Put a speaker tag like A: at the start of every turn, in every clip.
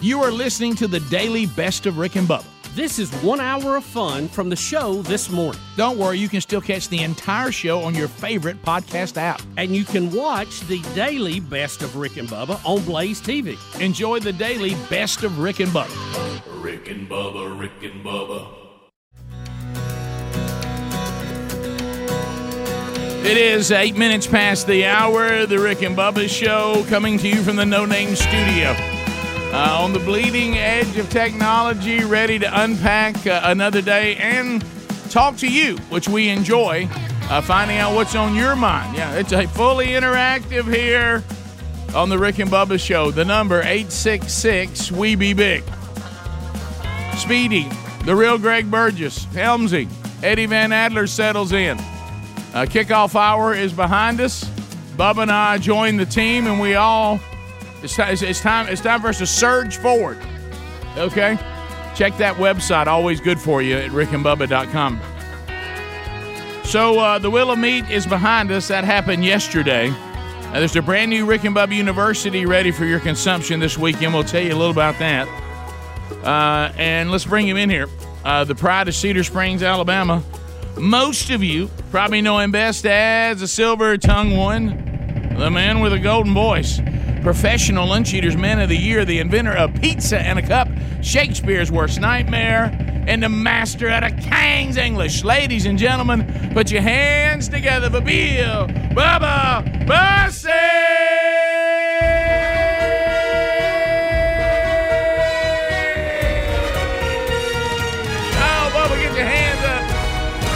A: You are listening to the daily best of Rick and Bubba.
B: This is one hour of fun from the show this morning.
A: Don't worry, you can still catch the entire show on your favorite podcast app.
B: And you can watch the daily Best of Rick and Bubba on Blaze TV.
A: Enjoy the daily best of Rick and Bubba.
C: Rick and Bubba, Rick and Bubba.
A: It is eight minutes past the hour. The Rick and Bubba show coming to you from the No Name Studio. Uh, on the bleeding edge of technology, ready to unpack uh, another day and talk to you, which we enjoy, uh, finding out what's on your mind. Yeah, it's a fully interactive here on the Rick and Bubba show. The number 866 We Be Big. Speedy, the real Greg Burgess, Helmsy, Eddie Van Adler settles in. Uh, kickoff hour is behind us. Bub and I joined the team, and we all it's, ti- it's, it's time it's time for us to surge forward. Okay, check that website. Always good for you at rickandbubba.com. So uh, the Will of Meat is behind us. That happened yesterday. Uh, there's a brand new Rick and Bubba University ready for your consumption this weekend. We'll tell you a little about that. Uh, and let's bring him in here. Uh, the pride of Cedar Springs, Alabama. Most of you probably know him best as the silver tongue one, the man with a golden voice, professional lunch eaters, man of the year, the inventor of pizza and a cup, Shakespeare's worst nightmare, and the master at a King's English. Ladies and gentlemen, put your hands together for Bill Bubba Bussey! Oh, Bubba, get your hands up.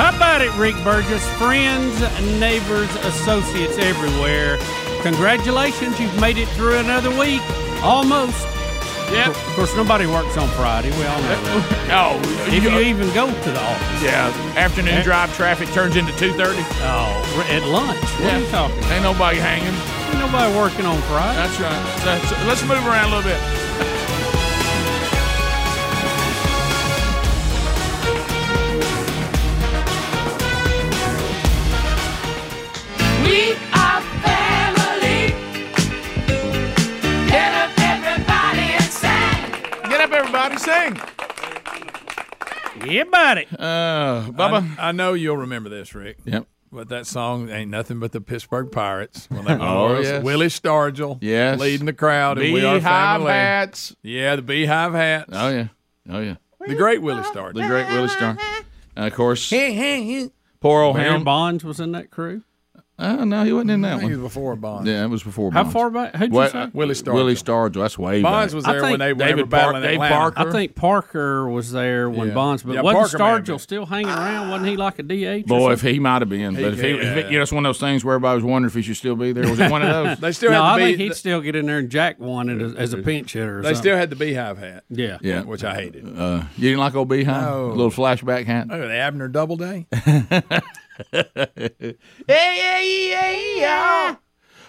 B: How about it, Rick Burgess? Friends, neighbors, associates everywhere. Congratulations, you've made it through another week. Almost.
A: Yep.
B: Of course, nobody works on Friday. We all know that.
A: Oh,
B: If
A: you-
B: you even go to the office.
A: yeah. Afternoon
B: Yeah.
A: drive traffic turns into two thirty.
B: Eh? Oh, at lunch. What are you talking about?
A: Ain't nobody hanging.
B: Ain't nobody working on Friday.
A: That's right. That's, let's move around a little bit.
D: We are family. Get up, everybody, and sing.
A: Get up, everybody, sing.
B: Yeah, buddy.
A: Uh, Bubba.
E: I know you'll remember this, Rick.
A: yep.
E: But that song ain't nothing but the Pittsburgh Pirates. When they won the
A: Oh,
E: World-
A: yes.
E: Willie Stargell
A: Yes.
E: leading the crowd. and we are
A: Beehive
E: family.
A: hats.
E: Yeah, the beehive hats.
A: Oh yeah. Oh yeah.
E: The great Willie Stargell.
A: The great Willie Starr. And of course. Poor old
B: Barry
A: Hound.
B: Bonds was in that crew.
A: Oh no, he wasn't in that
E: I think he was
A: one.
E: before Bonds.
A: Yeah, it was before.
B: How
A: Bonds.
B: far back? Who'd you
A: Well,
B: say?
E: Willie Stargell.
A: Willie Stargell. That's way
E: Bonds
A: back.
E: was
B: I
E: there
B: think
E: when they were
A: David
E: ever battling
A: Park- Dave
E: Atlanta.
A: Parker.
B: I think Parker was there when
E: Yeah.
B: Bonds, but
E: Yeah,
B: wasn't
E: Parker may have
B: Stargell
E: been.
B: still hanging around? Wasn't he like a DH? or
A: Boy, if
B: something?
A: he might have been, but if he, if it- you know, it's one of those things where everybody was wondering if he should still be there. Was it one of those?
E: They still had
B: no, I
E: the
B: think
E: bee-
B: he'd still get in there and jack one as, as a pinch hitter. Or
E: they
B: something.
E: still had the beehive hat,
B: yeah.
A: yeah.
E: which I hated.
A: Uh, you didn't like old Beehive?
E: No.
A: A Uh, little flashback hat.
E: Oh, the Abner Doubleday.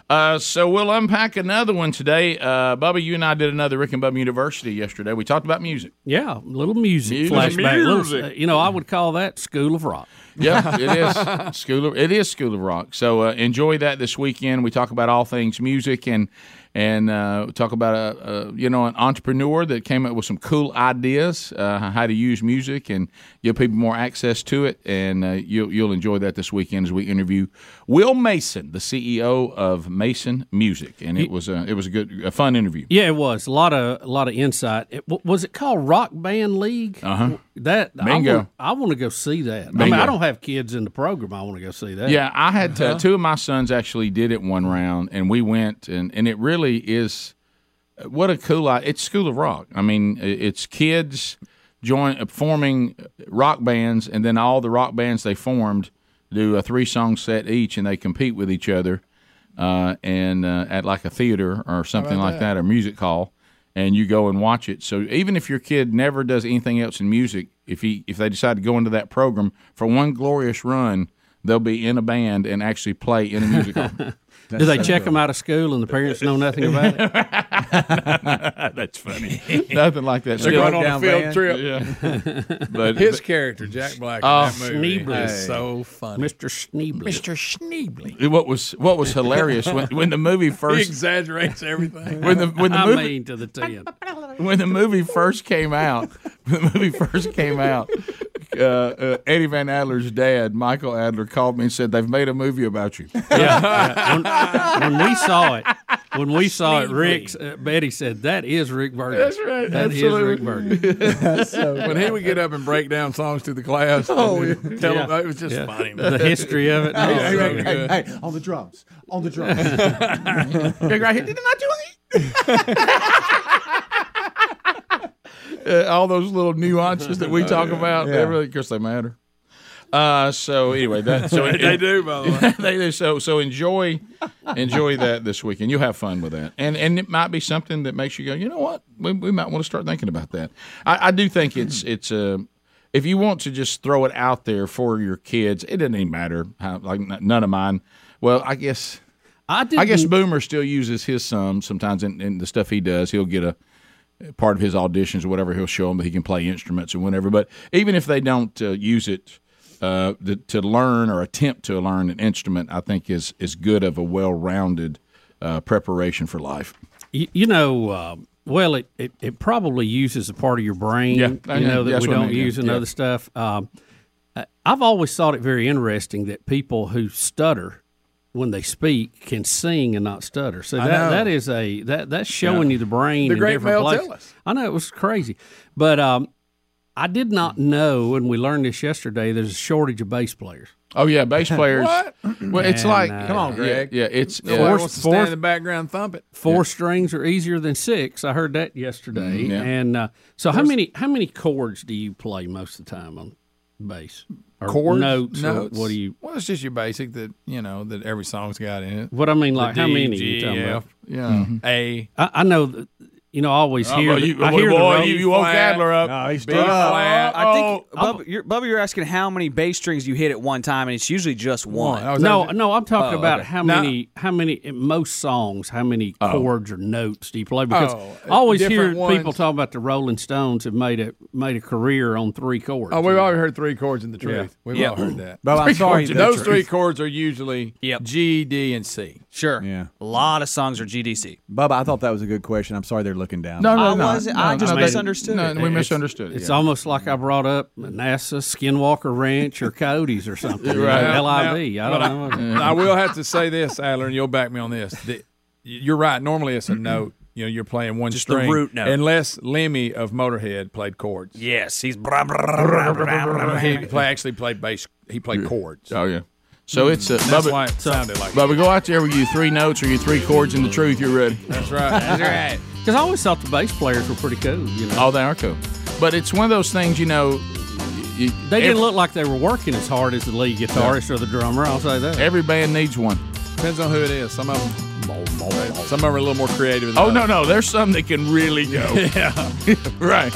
A: Uh, so we'll unpack another one today. Uh, Bubba, you and I did another Rick and Bubba University yesterday. We talked about music.
B: yeah, little music,
A: Music.
B: flashback. little-
A: Music.
B: uh, you know, I would call that School of Rock.
A: Yeah, it is school. Of, it is School of Rock. So uh, enjoy that this weekend. We talk about all things music and and uh, talk about a, a you know an entrepreneur that came up with some cool ideas uh, how to use music and give people more access to it. And uh, you'll you'll enjoy that this weekend as we interview Will Mason, the CEO of Mason Music. And it was a it was a good a fun interview.
B: Yeah, it was a lot of a lot of insight. It, wa- was it called Rock Band League? Uh-huh. That
A: Bingo.
B: I want, I want to go see that. I mean,
A: Bingo.
B: I don't have kids in the program. I want to go see that. Uh-huh.
A: Yeah, I had uh two of my sons actually did it one round, and we went, and and it really is what a cool. i- It's School of Rock. I mean, i- it's uh, kids join forming rock bands, and then all the rock bands they formed do a three song set each, and they compete with each other, uh, and uh, at like a theater or something like that. or music hall, and you go and watch it. So even if your kid never does anything else in music, if he if they decide to go into that program for one glorious run, they'll be in a band and actually play in a music hall.
B: Do they check them out of school and the parents know nothing about it?
E: That's funny.
A: Nothing like that.
E: They're
A: Still-
E: going on a
F: down
E: field
F: band.
E: trip. Oh,
A: yeah. but
E: His character, Jack Black, in that movie,
B: Schneebly.
E: is so funny.
B: Mr. Schneebly.
E: Schneebly.
A: what was what was hilarious when, when the movie
E: He
A: first
E: exaggerates everything.
A: when the when the
B: I
A: movie
B: mean to the ten.
A: when the movie first came out, when the movie first came out, uh, uh, Eddie Van Adler's dad, Michael Adler, called me and said they've made a movie about you.
B: Yeah. When, when we saw it, when we saw it, Rick, uh, Betty said, "That is Rick Burgess. That's
E: right.
B: That is
E: Absolutely.
B: Rick Burgess."
E: when he would get up and break down songs to the class, oh, tell them, it was just
B: Yeah.
E: funny. man.
B: the history of it. and all.
E: Hey, hey, hey.
F: Hey, on the drums, on the drums.
A: Big right here. Did I do it? Uh, all those little nuances that we
E: Oh,
A: talk about, they really, of course, they matter. Uh, so anyway, that so
E: they do, by the way.
A: they do. So so enjoy enjoy that this weekend. You'll have fun with that, and and it might be something that makes you go, you know what? We, we might want to start thinking about that. I, I do think it's it's uh, if you want to just throw it out there for your kids, it doesn't even matter. How, like n- none of mine. Well, I guess
B: I,
A: I guess
B: didn't-
A: Boomer still uses his some sometimes in, in the stuff he does. He'll get a part of his auditions or whatever. He'll show them that he can play instruments or whatever. But even if they don't uh, use it uh, th- to learn or attempt to learn an instrument, I think is is good of a well rounded uh, preparation for life.
B: you, you know. Uh, well, it, it, it probably uses a part of your brain,
A: Yeah, I
B: you
A: know.
B: know, that
A: That's
B: we
A: what I
B: don't
A: mean, yeah.
B: use in
A: Yeah.
B: other stuff. Um, uh, I've always thought it very interesting that people who stutter when they speak can sing and not stutter. So that,
E: know.
B: that is a that that's showing you the brain.
E: The
B: in
E: great Mel
B: different places.
E: Tillis.
B: I know it was crazy, but um, I did not know, and we learned this yesterday. There's a shortage of bass players.
A: Oh yeah, bass players.
E: What?
A: Well, it's like
B: uh,
A: come
E: on, Greg.
A: Yeah, yeah, it's
E: Nobody
A: yeah.
E: wants to
B: fourth-
E: stand in the background thump it.
B: Four strings are easier than six. I heard that yesterday.
E: Mm-hmm.
A: Mhm, yeah.
B: And uh, so, how many how many chords do you play most of the time on bass? Or
E: Chords,
B: notes. or
E: notes.
B: what do you?
E: Well, it's just your basic that you know that every song's got in it.
B: What I mean, like
E: The
B: how
E: D,
B: many?
E: G,
B: you talking about?
E: F, yeah, A.
B: I, I know. that you know, I always hear.
A: well,
B: the-
A: Oh, you-
B: I
A: well,
B: hear
A: boy,
B: the road-
A: you- you woke
E: flat.
A: Adler up. Oh,
F: No, he's
E: B
F: still-
E: flat.
G: Uh, I think
B: I'm-
G: Bubba, you're, Bubba, you're asking how many bass strings you hit at one time, and it's usually just one.
E: Oh, is that
B: No,
E: what you-
B: no, I'm talking
G: Oh,
B: about
G: okay.
B: how
E: No.
B: many, how many in most songs, how many chords or notes do you play? Because
E: Oh,
B: I always hear
E: different
B: people
E: ones.
B: talk about the Rolling Stones have made a made a career on three chords.
E: Oh, we've already heard three chords in the truth. We've
G: Yeah.
E: all heard that.
F: But I'm sorry,
E: Those
F: the truth.
E: three chords are usually
G: Yep.
E: G, D, and C.
G: Sure.
F: Yeah.
G: A lot of songs are GDC.
F: Bubba, I thought that was a good question. I'm sorry they're looking down.
A: No, no,
G: I
A: no,
G: wasn't-
A: no,
G: I
A: no,
G: just
A: they-
G: misunderstood
A: No,
G: it.
A: we misunderstood. it,
B: It's
A: yeah.
B: almost like I brought up NASA, Skinwalker Ranch, or Cody's or something. you
A: Right.
B: know,
E: Now-
B: LIV. I
E: but
B: don't know.
E: I will have to say this, Adler, and you'll back me on this. that you're right. Normally it's a note. You know, you're playing one
G: Just the
E: string.
G: root note.
E: Unless Lemmy of Motorhead played chords.
G: Yes, he's. Blah, blah, blah, blah, blah, blah.
E: He play, actually played bass. He played chords.
A: Oh yeah.
B: Mm.
A: So it's a
E: That's
A: Bubba-
E: why it sounded like.
A: Bubba, go out there with you three notes or your three chords and the truth. You're ready.
E: That's right. That's right.
B: Because I always thought the bass players were pretty cool. You know,
A: Oh, they are cool. But it's one of those things, you know. You,
B: they
A: every,
B: didn't look like they were working as hard as the lead guitarist or the drummer. I'll say that.
A: Every band needs one.
E: Depends on who it is. Some of them. Some of them are a little more creative. Than
A: Oh no,
E: others.
A: no, there's some that can really go. yeah, right.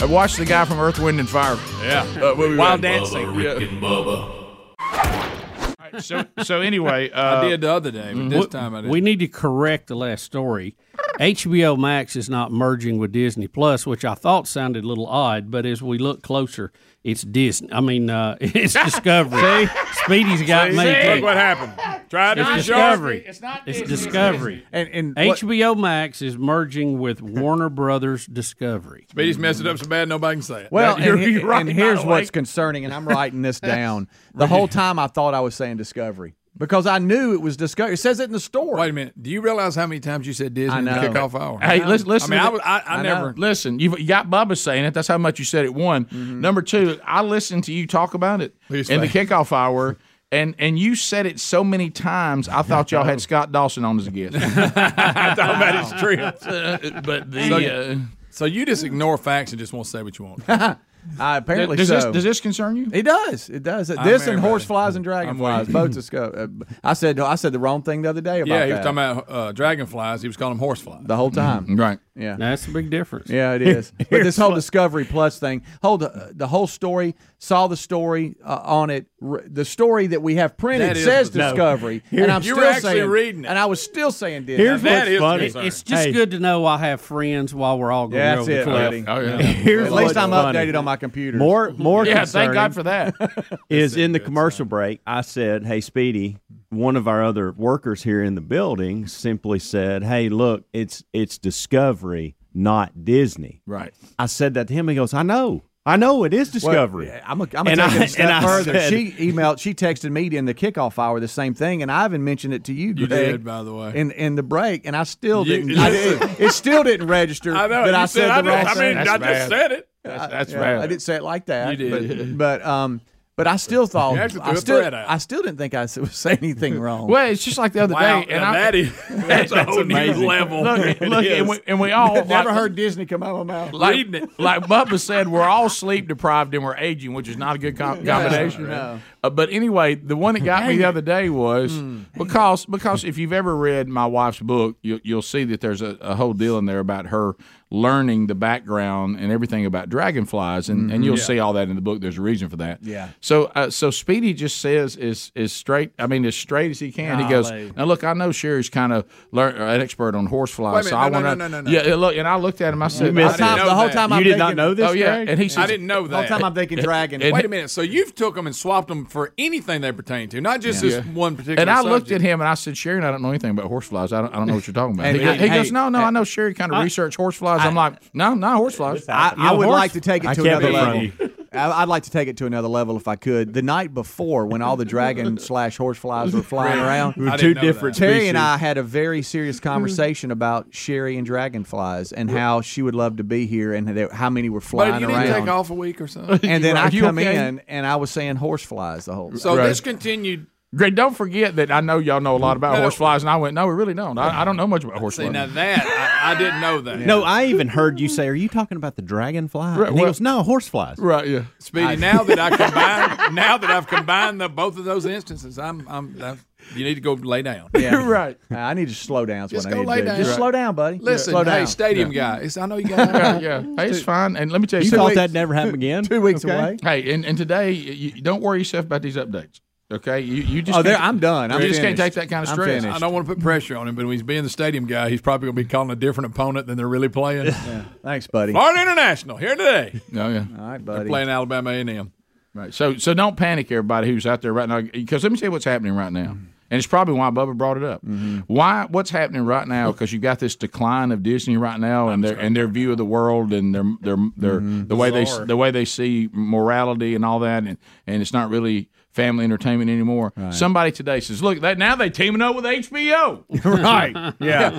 A: I watched the guy from Earth, Wind, and Fire.
E: Yeah.
A: Uh, we'll be
E: Wild
A: back.
E: dancing.
C: Bubba, Rick and Bubba.
A: So, so anyway, uh,
E: I did the other day, but this time I didn't.
B: We need to correct the last story. HBO Max is not merging with Disney Plus, which I thought sounded a little odd, but as we look closer, it's Disney. I mean, uh, it's Discovery. Speedy's got me.
E: Look
B: too.
E: what happened. Try to
B: It's
E: be sharp.
B: Discovery. It's not. It's Discovery.
F: And, and what-
B: HBO Max is merging with Warner Brothers Discovery.
E: Speedy's messed it up so bad nobody can say it.
F: well,
E: you're,
F: and, he-
E: you're right.
F: and
E: by
F: here's
E: the way.
F: what's concerning, and I'm writing this down. The whole time I thought I was saying Discovery because I knew it was Discovery. It says it in the store.
E: Wait a minute. Do you realize how many times you said Disney
F: I
E: in the
F: know.
E: kickoff hour?
A: Hey, listen, listen.
E: I mean,
A: to
E: I,
A: the-
E: was, I, I,
F: I
E: never.
F: know.
A: Listen, you've you got Bubba saying it. That's how much you said it. One,
E: Mm-hmm.
A: number two, I listened to you talk about it
E: Please
A: in the
E: say.
A: kickoff hour, and and you said it so many times. I thought y'all had Scott Dawson on as a guest.
E: I thought about his trip.
A: Uh, but the
E: So you just ignore facts and just won't say what you want.
F: I apparently
A: does
F: so.
A: this does this concern you?
F: It does. It does. this and
E: everybody.
F: horseflies and
E: I'm
F: dragonflies.
E: with you.
F: Both discuss. Uh, I said I said the wrong thing the other day about
E: Yeah, he was
F: that.
E: talking about uh, dragonflies. He was calling them horseflies. Mm-hmm.
F: the whole time.
A: Right.
F: Yeah.
B: That's a big difference.
F: Yeah, it is. but this whole Discovery Plus thing, hold the, the whole story, saw the story uh, on it. R- the story that we have printed
E: That is-
F: says
E: no.
F: Discovery, and I'm
E: You
F: still
E: were actually
F: saying,
E: reading it.
F: and I was still saying Disney.
H: Here's
E: That
H: what's
E: is
H: funny.
E: concern.
B: It's just
H: Hey.
B: good to know I have friends while we're all going
F: Yeah, that's
B: over the
F: it,
B: cliff.
F: buddy.
A: Oh yeah.
H: Here's
F: At least
H: what's
F: I'm
H: funny.
F: updated on my computer.
H: More, more
A: Yeah,
H: concerning
A: thank God for that.
H: is in the commercial break. I said, "Hey, Speedy, one of our other workers here in the building simply said, "Hey, look, it's it's Discovery, not Disney."
A: right.
H: I said that to him. He goes, "I know, I know, it is Discovery."
F: Well, I'm gonna I'm
H: And
F: gonna take
H: I-
F: it a step
H: and I
F: further.
H: said-
F: she emailed, she texted me in the kickoff hour the same thing, and I even mentioned it to you,
E: You
F: Greg,
E: did, by the way.
F: in in the break, and I still
E: You-
F: didn't.
E: you
F: I
E: did.
F: didn't- it still didn't register that I said, the wrong thing.
A: I just
E: said it.
A: That's, that's
F: Yeah,
A: bad.
F: I didn't say it like that.
E: You did.
F: but, but um, but I still thought
E: You actually threw
F: I
E: a
F: still,
E: thread out.
F: I still didn't think I s- was saying anything wrong.
A: Well, it's just like the other
E: Wow,
A: day,
E: and
A: I-
E: that is that's a whole new level.
A: Look, look, and we, and we all
F: I've never
A: like-
F: heard Disney come out of my mouth.
A: like, like Bubba said, we're all sleep deprived and we're aging, which is not a good com- combination.
F: no.
A: Uh, but anyway, the one that got me the other day was
E: Hmm.
A: because because if you've ever read my wife's book, you, you'll see that there's a, a whole deal in there about her learning the background and everything about dragonflies, and,
E: Mm-hmm.
A: and you'll see all that in the book. There's a reason for that.
F: Yeah.
A: So uh, so Speedy just says is is straight. I mean, as straight as he can. He goes
B: Golly.
A: now. Look, I know Sherry's kind of learn, an expert on horseflies,
E: Wait a
A: so
E: minute,
A: I
E: no,
A: want
E: no,
A: to.
E: no, no, no.
A: Yeah, look, and I looked at him. I said,
F: The
A: I
F: whole time-
E: know
F: the whole
E: that.
F: time
H: you
F: I'm
H: did not
F: thinking-
H: know this.
A: Oh yeah,
H: Greg?
A: and he says,
E: I didn't know
F: The whole
E: that.
F: time I'm thinking dragon.
A: and-
E: Wait a minute. So you've took them and swapped them for anything they pertain to, not just this one particular.
A: And I looked at
E: subject.
A: him and I said, Sherry, I don't know anything about horseflies. I don't, I don't know what you're talking about.
F: And
A: he, goes-
F: hey,
A: he goes,
F: hey,
A: No, no, I know Sherry kind of researched horseflies. I'm like, No, not horseflies.
F: I, I would
H: horse-
F: like to take it
H: I
F: to
H: can't
F: another
H: be
F: level.
H: wrong.
F: I- I'd like to take it to another level if I could. The night before, when all the dragon slash horseflies were flying around,
E: I didn't
H: two
E: know
H: different
F: Terry
H: species.
F: and I had a very serious
E: Hmm.
F: conversation about Sherry and dragonflies and how she would love to be here and they, how many were flying
E: But you
F: around.
E: didn't take off a week or something.
F: And then
A: Are
F: I
A: you
F: come
A: okay?
F: in and I was saying horseflies the whole time.
E: So this continued. Mm-hmm.
A: Greg, don't forget that I know y'all know a lot about
E: No.
A: horseflies. And I went, No, we really don't. I, I don't know much about
E: See
A: horseflies.
E: now that I, I didn't know that.
H: No, I even heard you say, "Are you talking about the dragonfly?" and he
A: well-
H: goes, "No, horseflies."
A: right, yeah.
E: Speedy, now that I combine, now that I've combined the both of those instances, I'm, I'm, I'm you need to go lay down.
F: Yeah.
A: Right.
F: I need to slow down. is
E: Just
F: what I
E: go
F: need
E: lay
F: to do.
E: down.
F: Just
E: Right.
F: slow down, buddy.
E: Listen,
F: slow down.
E: hey, stadium guy, it's, I know you got.
A: Yeah, yeah. Hey, it's fine. And let me tell you
H: You
A: something.
H: thought that'd never happen again?
F: Two weeks
H: Okay.
F: away.
A: Hey, and, and today, you, you- don't worry yourself about these updates. Okay? You, you just
F: Oh, there.
A: can't-
F: I'm done. I'm
A: you just
F: finished.
A: can't take that kind of
F: I'm
A: stress.
F: finished.
E: I don't want to put pressure on him, but when he's being the stadium guy, he's probably going to be calling a different opponent than they're really playing.
F: Thanks, buddy. All
E: Florida International here today,
A: Oh, yeah.
F: right,
E: They're
F: buddy.
E: playing Alabama A&M.
A: Right. So so don't panic, everybody who's out there right now, because let me tell you what's happening right now. And it's probably why Bubba brought it up. Why? What's happening right now? Because you got this decline of Disney right now, and their and their view of the world, and their their their the way they the way they see morality and all that, and, and it's not really family entertainment anymore. Somebody today says, "Look, that now they teaming up with HBO."
F: right. Yeah.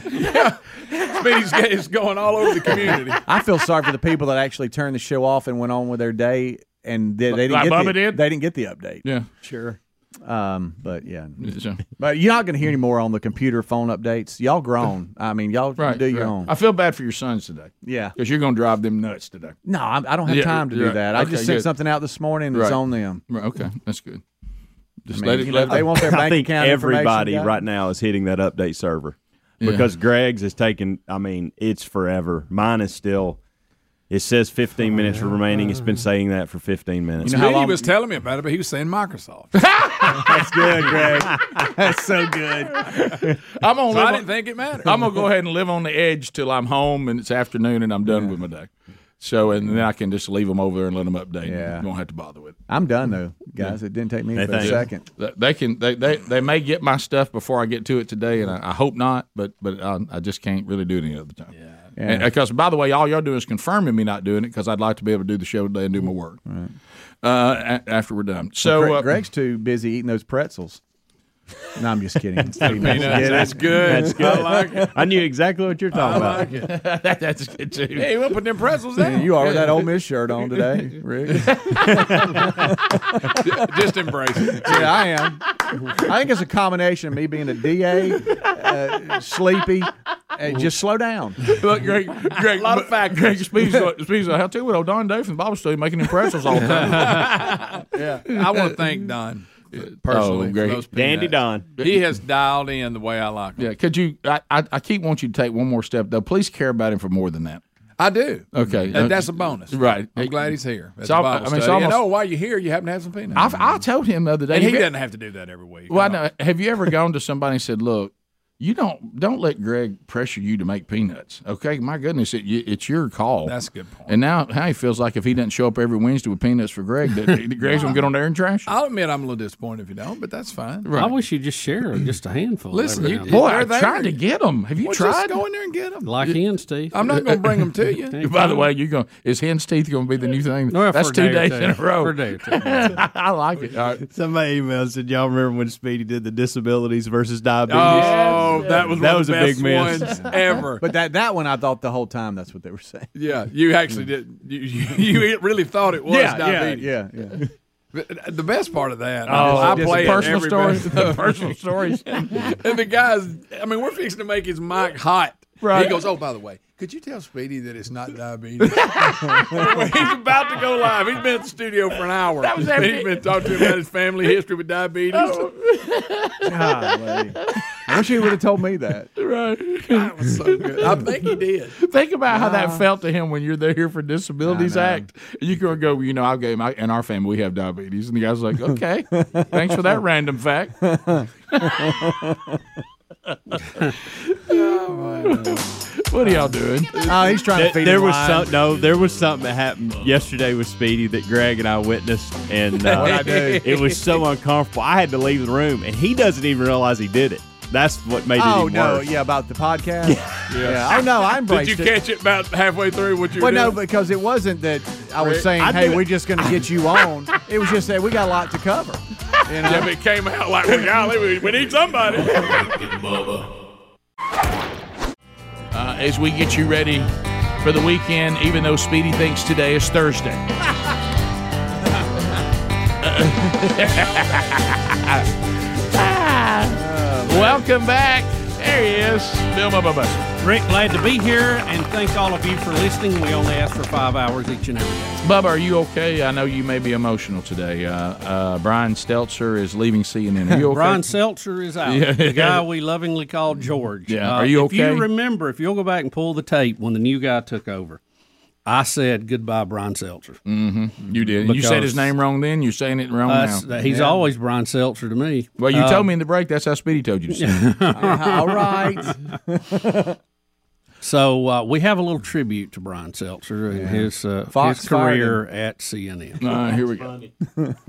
E: Speedy's is going all over the community.
F: I feel sorry for the people that actually turned the show off and went on with their day, and they, they didn't get
A: Like
F: the,
A: Bubba did?
F: They didn't get the update.
A: yeah.
F: Sure. Um, but yeah,
A: So-
F: but you're not going to hear any more on the computer phone updates. Y'all grown. I mean, y'all
A: right.
F: do your
A: right.
F: own.
A: I feel bad for your sons today
F: yeah.
A: because you're going to drive them nuts today.
F: No, I, I don't have
A: Yeah,
F: time to do
A: right.
F: that. I
A: Okay,
F: just sent
A: good.
F: something out this morning. and It's
A: Right.
F: on them.
A: Right. Okay. That's good. Just
F: I mean,
A: let it.
F: you know,
A: Let
F: they want their
H: I
F: bank
H: think
F: account information,
H: everybody
F: guy.
H: right now is hitting that update server because Greg's is taking. I mean, it's forever. Mine is still. It says 15 minutes remaining. It's been saying that for 15 minutes.
F: You know how
E: Speedy
F: long-
E: was telling me about it, but he was saying Microsoft.
H: That's good, Greg.
F: That's so good.
A: I'm on.
E: So I
A: live
E: didn't
A: on-
E: think it mattered.
A: I'm gonna go ahead and live on the edge till I'm home and it's afternoon and I'm done with my day. So and then I can just leave them over there and let them update.
F: Yeah.
A: you won't have to bother with. It.
F: I'm done though, guys. It didn't take me
H: Hey,
F: but a
H: thanks.
F: second.
A: They- They can. They, they they may get my stuff before I get to it today, and I, I hope not. But but I, I just can't really do it any other time. Yeah. Because by the way, all y'all doing is confirming me not doing it because I'd like to be able to do the show today and do my work uh, a- after we're done. So
F: Gre-
A: uh,
F: Greg's too busy eating those pretzels. No, I'm just kidding.
E: Peanuts, that's good.
H: That's good. I, knew exactly what you're talking about.
A: that, that's good too.
E: Hey, we'll put them pretzels down.
F: You are with that old Miss shirt on today, Rick.
E: Just embrace it.
F: Yeah, I am. I think it's a combination of me being a DA, uh, sleepy, Hey, just slow down.
A: Look, Greg, Greg, a lot of factors. Greg Speedy's like, Speedy's like, I'll tell you what, old Don Day from Bible study making impressions all the time.
E: I want to thank Don personally.
A: Oh,
E: for
A: great.
E: those
H: Dandy
E: peanuts.
H: Don.
E: He has dialed in the way I like him.
A: yeah, could you? I, I, I keep want you to take one more step though. Please care about him for more than that.
E: I do.
A: Okay. Uh,
E: And that's a bonus.
A: Right.
E: I'm glad he's here. That's
A: It's al-
E: a Bible
A: I mean, it's
E: study.
A: almost-
E: and oh, while you're here, you happen to have some peanuts.
A: I've, I told him the other day.
E: and he
A: have you-
E: doesn't have to do that every week.
A: Well, I know. Have you ever gone to somebody and said, "Look, you don't don't let Greg pressure you to make peanuts." Okay, my goodness, it, you- it's your call.
E: That's a good point.
A: And now, how he feels like if he doesn't show up every Wednesday with peanuts for Greg, that Greg's gonna get on there and trash. him.
E: I'll admit I'm a little disappointed if you don't, but that's fine.
B: I wish you'd just share just a handful.
E: Listen,
B: every
E: you-
B: now and then.
A: Boy,
E: they're
A: I
E: there.
A: tried to get him. Have you
E: Well,
A: tried?
E: Just go in there and get them.
B: like hens, Steve.
E: I'm not going to bring them to you.
A: By the way, you going is hen's teeth going to be the new thing?
B: Well,
A: That's
B: for a
A: two
B: day or
A: days in a
B: two.
A: row.
B: For a day or two.
A: I like it. All right.
H: Somebody emailed said, "Y'all remember when Speedy did the disabilities versus diabetes?"
E: Oh, that was
H: That
E: one
H: was
E: of the
H: a big
E: best
H: miss.
E: ones ever.
F: But that that one, I thought the whole time that's what they were saying.
E: yeah, you actually did. You, you you really thought it was
A: Yeah, yeah,
E: diabetes.
F: Yeah, yeah.
E: But The best part of that,
A: Oh,
E: I
A: just
E: play it
A: personal
E: every
A: stories.
E: best-
A: The personal stories.
E: and the guys, I mean, we're fixing to make his mic hot. Right. He goes, oh, by the way, could you tell Speedy that it's not diabetes? Well, he's about to go live. He's been at the studio for an hour. That
A: was
E: he's
A: every-
E: been talking to him about his family history with diabetes.
F: Golly. I wish he would have told me that.
A: Right.
E: That was so good. Uh, I think he did.
A: Think about how that felt to him when you're there here for Disabilities
F: I know.
A: Act. You can go, you know, I gave my and our family we have diabetes, and the guy's like, okay, thanks for that random fact. Uh, what are y'all doing?
F: Oh, he's trying to
H: There,
F: feed
H: there
F: him
H: was
F: lies.
H: some, no, there was something that happened yesterday with Speedy that Greg and I witnessed, and uh,
F: What'd I do?
H: it was so uncomfortable. I had to leave the room, and he doesn't even realize he did it. That's what made it
F: Oh
H: even
F: no,
H: worse.
F: yeah, about the podcast. yeah. Oh no, I
E: Did
F: embraced
E: you
F: it.
E: catch it about halfway through what you were
F: Well, no,
E: doing?
F: because it wasn't that I was saying,
H: I
F: "Hey,
H: do it-
F: we're just going to get you on." It was just that we got a lot to cover. You know?
E: Yeah, but it came out like, well, golly, we, we need somebody.
C: Rick and Bubba.
A: Uh, as we get you ready for the weekend, even though Speedy thinks today is Thursday. Welcome back. There he is, Bill Bubba.
B: Rick, glad to be here, and thank all of you for listening. We only ask for five hours each and every day.
A: Bubba, are you okay? I know you may be emotional today. Uh, uh, Brian Stelzer is leaving CNN. Are you okay?
B: Brian Seltzer is out. The guy we lovingly called George. Uh,
A: Yeah, are you
B: If
A: okay?
B: you remember, if you'll go back and pull the tape when the new guy took over, I said goodbye, Brian Seltzer.
A: you did. You said his
B: Because-
A: name wrong then. You're saying it wrong
B: That's-
A: now.
B: he's always Brian Seltzer to me. Uh,
A: Well, you told me in the break. That's how Speedy told you to say. it.
F: All right.
B: So uh, we have a little tribute to Brian Seltzer and his, uh,
F: Fox
B: his
F: fired
B: career at CNN.
A: Uh, here we go.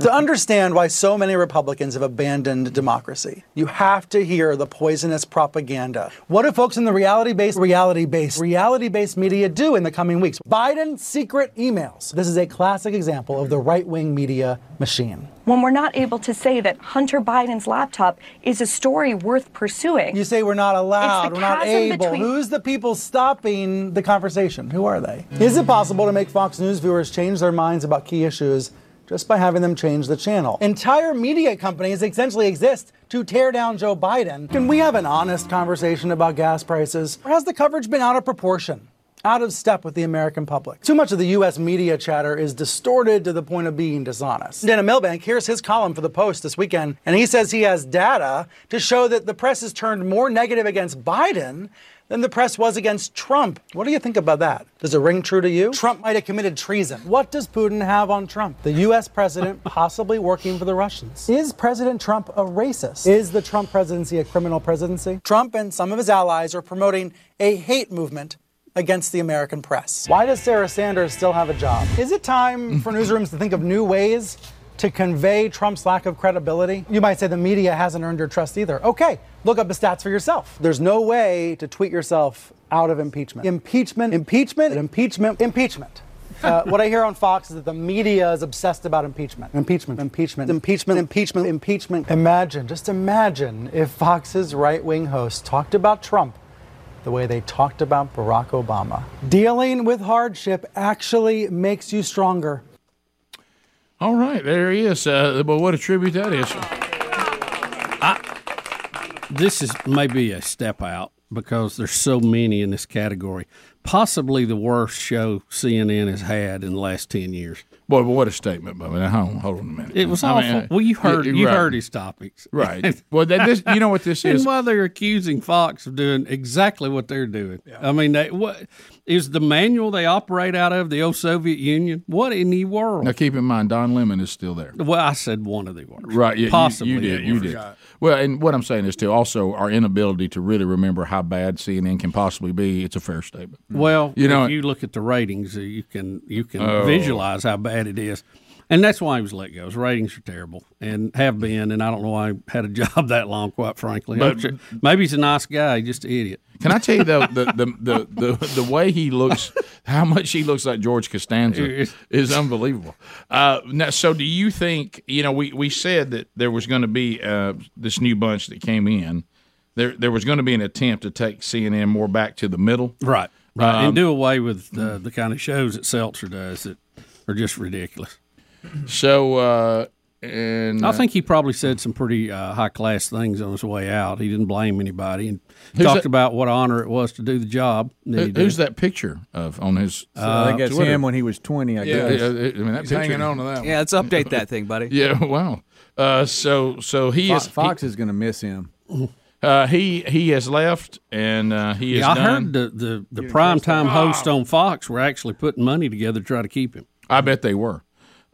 I: to understand why so many Republicans have abandoned democracy, you have to hear the poisonous propaganda. What do folks in the reality based, reality based, reality based media do in the coming weeks? Biden's secret emails. This is a classic example of the right wing media machine.
J: when we're not able to say that Hunter Biden's laptop is a story worth pursuing.
I: You say we're not allowed,
J: It's the
I: we're not
J: chasm
I: able.
J: between-
I: Who's the people stopping the conversation? Who are they? Is it possible to make Fox News viewers change their minds about key issues just by having them change the channel? Entire media companies essentially exist to tear down Joe Biden. Can we have an honest conversation about gas prices? Or has the coverage been out of proportion? Out of step with the American public. Too much of the U.S. media chatter is distorted to the point of being dishonest. Dana Milbank, here's his column for The Post this weekend, and he says he has data to show that the press has turned more negative against Biden than the press was against Trump. What do you think about that? Does it ring true to you? Trump might have committed treason. What does Putin have on Trump? The U.S. president possibly working for the Russians. Is President Trump a racist? Is the Trump presidency a criminal presidency? Trump and some of his allies are promoting a hate movement against the American press. Why does Sarah Sanders still have a job? Is it time for newsrooms to think of new ways to convey Trump's lack of credibility? You might say the media hasn't earned your trust either. Okay, look up the stats for yourself. There's no way to tweet yourself out of impeachment. Impeachment, impeachment, impeachment, impeachment. Uh, what I hear on Fox is that the media is obsessed about impeachment. Impeachment, impeachment, impeachment, impeachment, impeachment. Imagine, just imagine if Fox's right wing host talked about Trump the way they talked about Barack Obama. Dealing with hardship actually makes you stronger.
A: All right, there he is. Uh, but what a tribute that is.
B: This is maybe a step out, because there's so many in this category. Possibly the worst show CNN has had in the last ten years.
A: Boy, but what a statement, Bubba. Now, Hold on, hold on a minute.
B: It was
A: I mean,
B: awful.
A: uh,
B: well, you heard
A: yeah,
B: you
A: right.
B: heard his topics,
A: Right. Well, that- this- you know what this is?
B: And why they're accusing Fox of doing exactly what they're doing. I mean, they, what is the manual they operate out of? The old Soviet Union. What in the world?
A: Now, keep in mind, Don Lemon is still there.
B: Well, I said one of the worst.
A: Right. Yeah, you-
B: Possibly.
A: You, did.
B: the
A: You
B: worst.
A: did. Well, and what I'm saying is, too, also our inability to really remember how bad CNN can possibly be. It's a fair statement.
B: Well,
A: Hmm. you know,
B: if you look at the ratings, uh, you can you can
A: Oh.
B: visualize how bad it is, and that's why he was let go. His ratings are terrible and have been, and I don't know why he had a job that long. Quite frankly, I'm
A: But-
B: sure- maybe he's a nice guy, he's just an idiot.
A: Can I tell you though the the, the, the the way he looks, how much he looks like George Costanza is unbelievable. Uh, now, so do you think you know we, we said that there was going to be uh, this new bunch that came in, there there was going to be an attempt to take CNN more back to the middle,
B: right? Right,
A: Um,
B: and do away with uh, the kind of shows that Seltzer does that are just ridiculous.
A: So, uh, and
B: I think he probably said some pretty uh, high class things on his way out. He didn't blame anybody and
A: Who's
B: talked
A: that-
B: about what honor it was to do the job.
A: Who- who's that picture of on his?
F: I
B: Uh,
F: think that's
A: Twitter.
F: him when he was 20, I
A: Yeah,
F: guess.
A: yeah, I mean, that
F: He's
A: picture-
F: hanging on to that one.
G: Yeah, let's update that thing, buddy.
A: Yeah, wow. Uh, so so he
F: Fox,
A: is
F: Fox is going to miss him.
A: Uh, he he has left, and uh, he is
B: Yeah, I
A: done.
B: heard the the, the primetime host on Fox were actually putting money together to try to keep him.
A: I bet they were.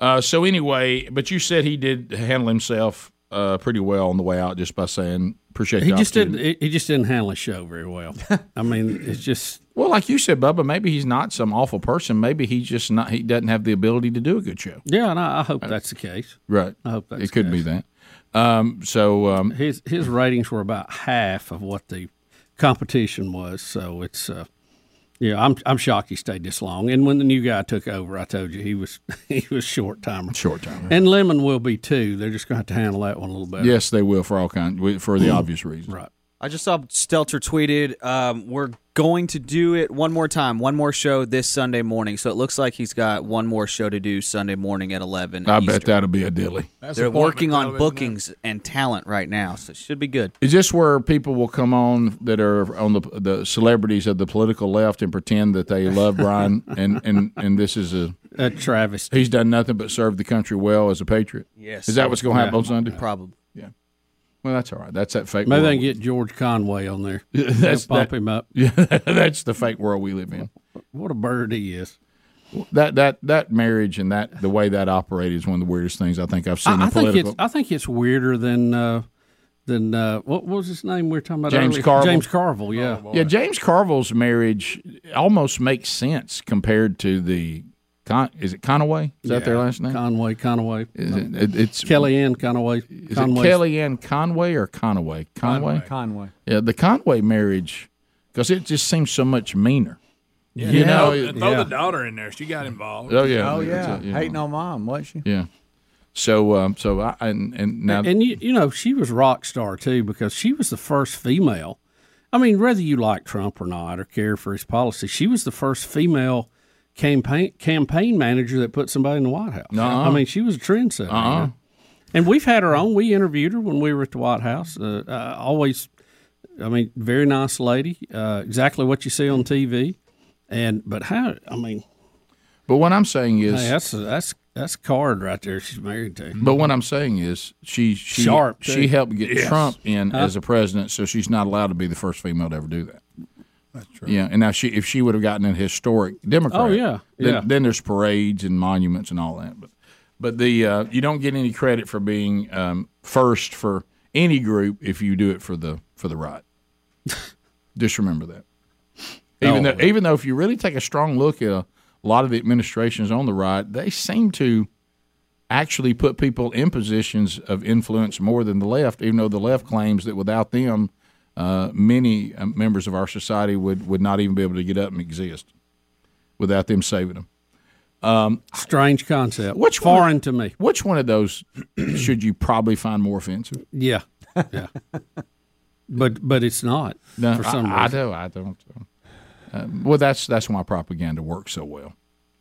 A: Uh, so anyway, but you said he did handle himself uh, pretty well on the way out, just by saying appreciate.
B: He
A: the
B: just didn't.
A: opportunity."
B: He he just didn't handle his show very well. I mean, it's just
A: Well, like you said, Bubba, maybe he's not some awful person. Maybe he's just not. He doesn't have the ability to do a good show.
B: yeah, and I, I hope that's the case.
A: Uh, Right.
B: I hope that's
A: it could be that. Um, so um,
B: his his ratings were about half of what the competition was. So it's uh, yeah, I'm I'm shocked he stayed this long. And when the new guy took over, I told you he was he was short timer.
A: Short timer.
B: And Lemon will be too. They're just going to have to handle that one a little better.
A: Yes, they will for all kind for the obvious reason.
B: Mm. Right.
G: I just saw Stelter tweeted, um, we're going to do it one more time, one more show this Sunday morning. So it looks like he's got one more show to do Sunday morning at 11.
A: I
G: Eastern.
A: bet that'll be a dilly.
G: They're working on bookings and talent right now, so it should be good.
A: Is this where people will come on that are on the the celebrities of the political left and pretend that they love Brian and and and this is a
B: a travesty?
A: He's done nothing but serve the country well as a patriot.
G: Yes.
A: is that what's going to happen
B: Yeah.
A: on Sunday?
G: Probably.
A: Yeah. Well, that's all right. That's that fake.
B: Maybe they
A: world.
B: can get George Conway on there.
A: Yeah, that's
B: They'll pump
A: that-
B: him up.
A: Yeah, that's the fake world we live in.
B: What a bird he is.
A: That that that marriage and that the way that operated is one of the weirdest things I think I've seen
B: I, I
A: in
B: think it's
A: political.
B: I think it's weirder than uh, than uh, what, what was his name we were talking about?
A: James
B: earlier?
A: Carville.
B: James Carville. Yeah.
G: Oh,
A: yeah, James Carville's marriage almost makes sense compared to the. Con- is it Conaway? Is that their
B: Yeah,
A: last name?
B: Conway. Conway.
A: Is it, it- it's
B: Kellyanne Conway.
A: Is it Kellyanne Conway or Conway? Conway.
F: Conway.
A: Yeah, the Conway marriage, because it just seems so much meaner.
E: Yeah.
A: You know,
E: throw,
A: it-
E: throw the daughter in there. She got involved.
A: Oh, yeah.
F: Oh, yeah.
A: That's it, yeah.
F: Hating on mom, wasn't she?
A: yeah. So, um, so I and and now
B: and you, you know she was rock star too because she was the first female. I mean, whether you like Trump or not or care for his policy, she was the first female campaign campaign manager that put somebody in the White House.
A: Nuh-uh.
B: I mean, she was a trendsetter.
A: Uh-uh.
B: And we've had her on. We interviewed her when we were at the White House. Uh, uh, always, I mean, very nice lady. Uh, exactly what you see on TV. And but how? I mean,
A: but what I'm saying is,
B: hey, that's a, that's that's a card right there. She's married to.
A: but what I'm saying is, she she
B: Sharp, too.
A: she helped get
B: Yes.
A: Trump in
B: Huh?
A: as a president, so she's not allowed to be the first female to ever do that. That's true. Yeah, and now she if she would have gotten an historic Democrat,
B: Oh, yeah.
A: then,
B: Yeah.
A: then there's parades and monuments and all that. But but the uh, you don't get any credit for being um, first for any group if you do it for the for the right. Just remember that. Even
B: Oh.
A: though even though if you really take a strong look at a lot of the administrations on the right, they seem to actually put people in positions of influence more than the left, even though the left claims that without them, uh, many uh, members of our society would, would not even be able to get up and exist without them saving them. Um,
B: Strange concept.
A: Which
B: foreign
A: one,
B: to me?
A: Which one of those should you probably find more offensive?
B: Yeah, yeah. but but it's not
A: No,
B: for some
A: I,
B: reason.
A: I do. I don't. Uh, well, that's that's why propaganda works so well.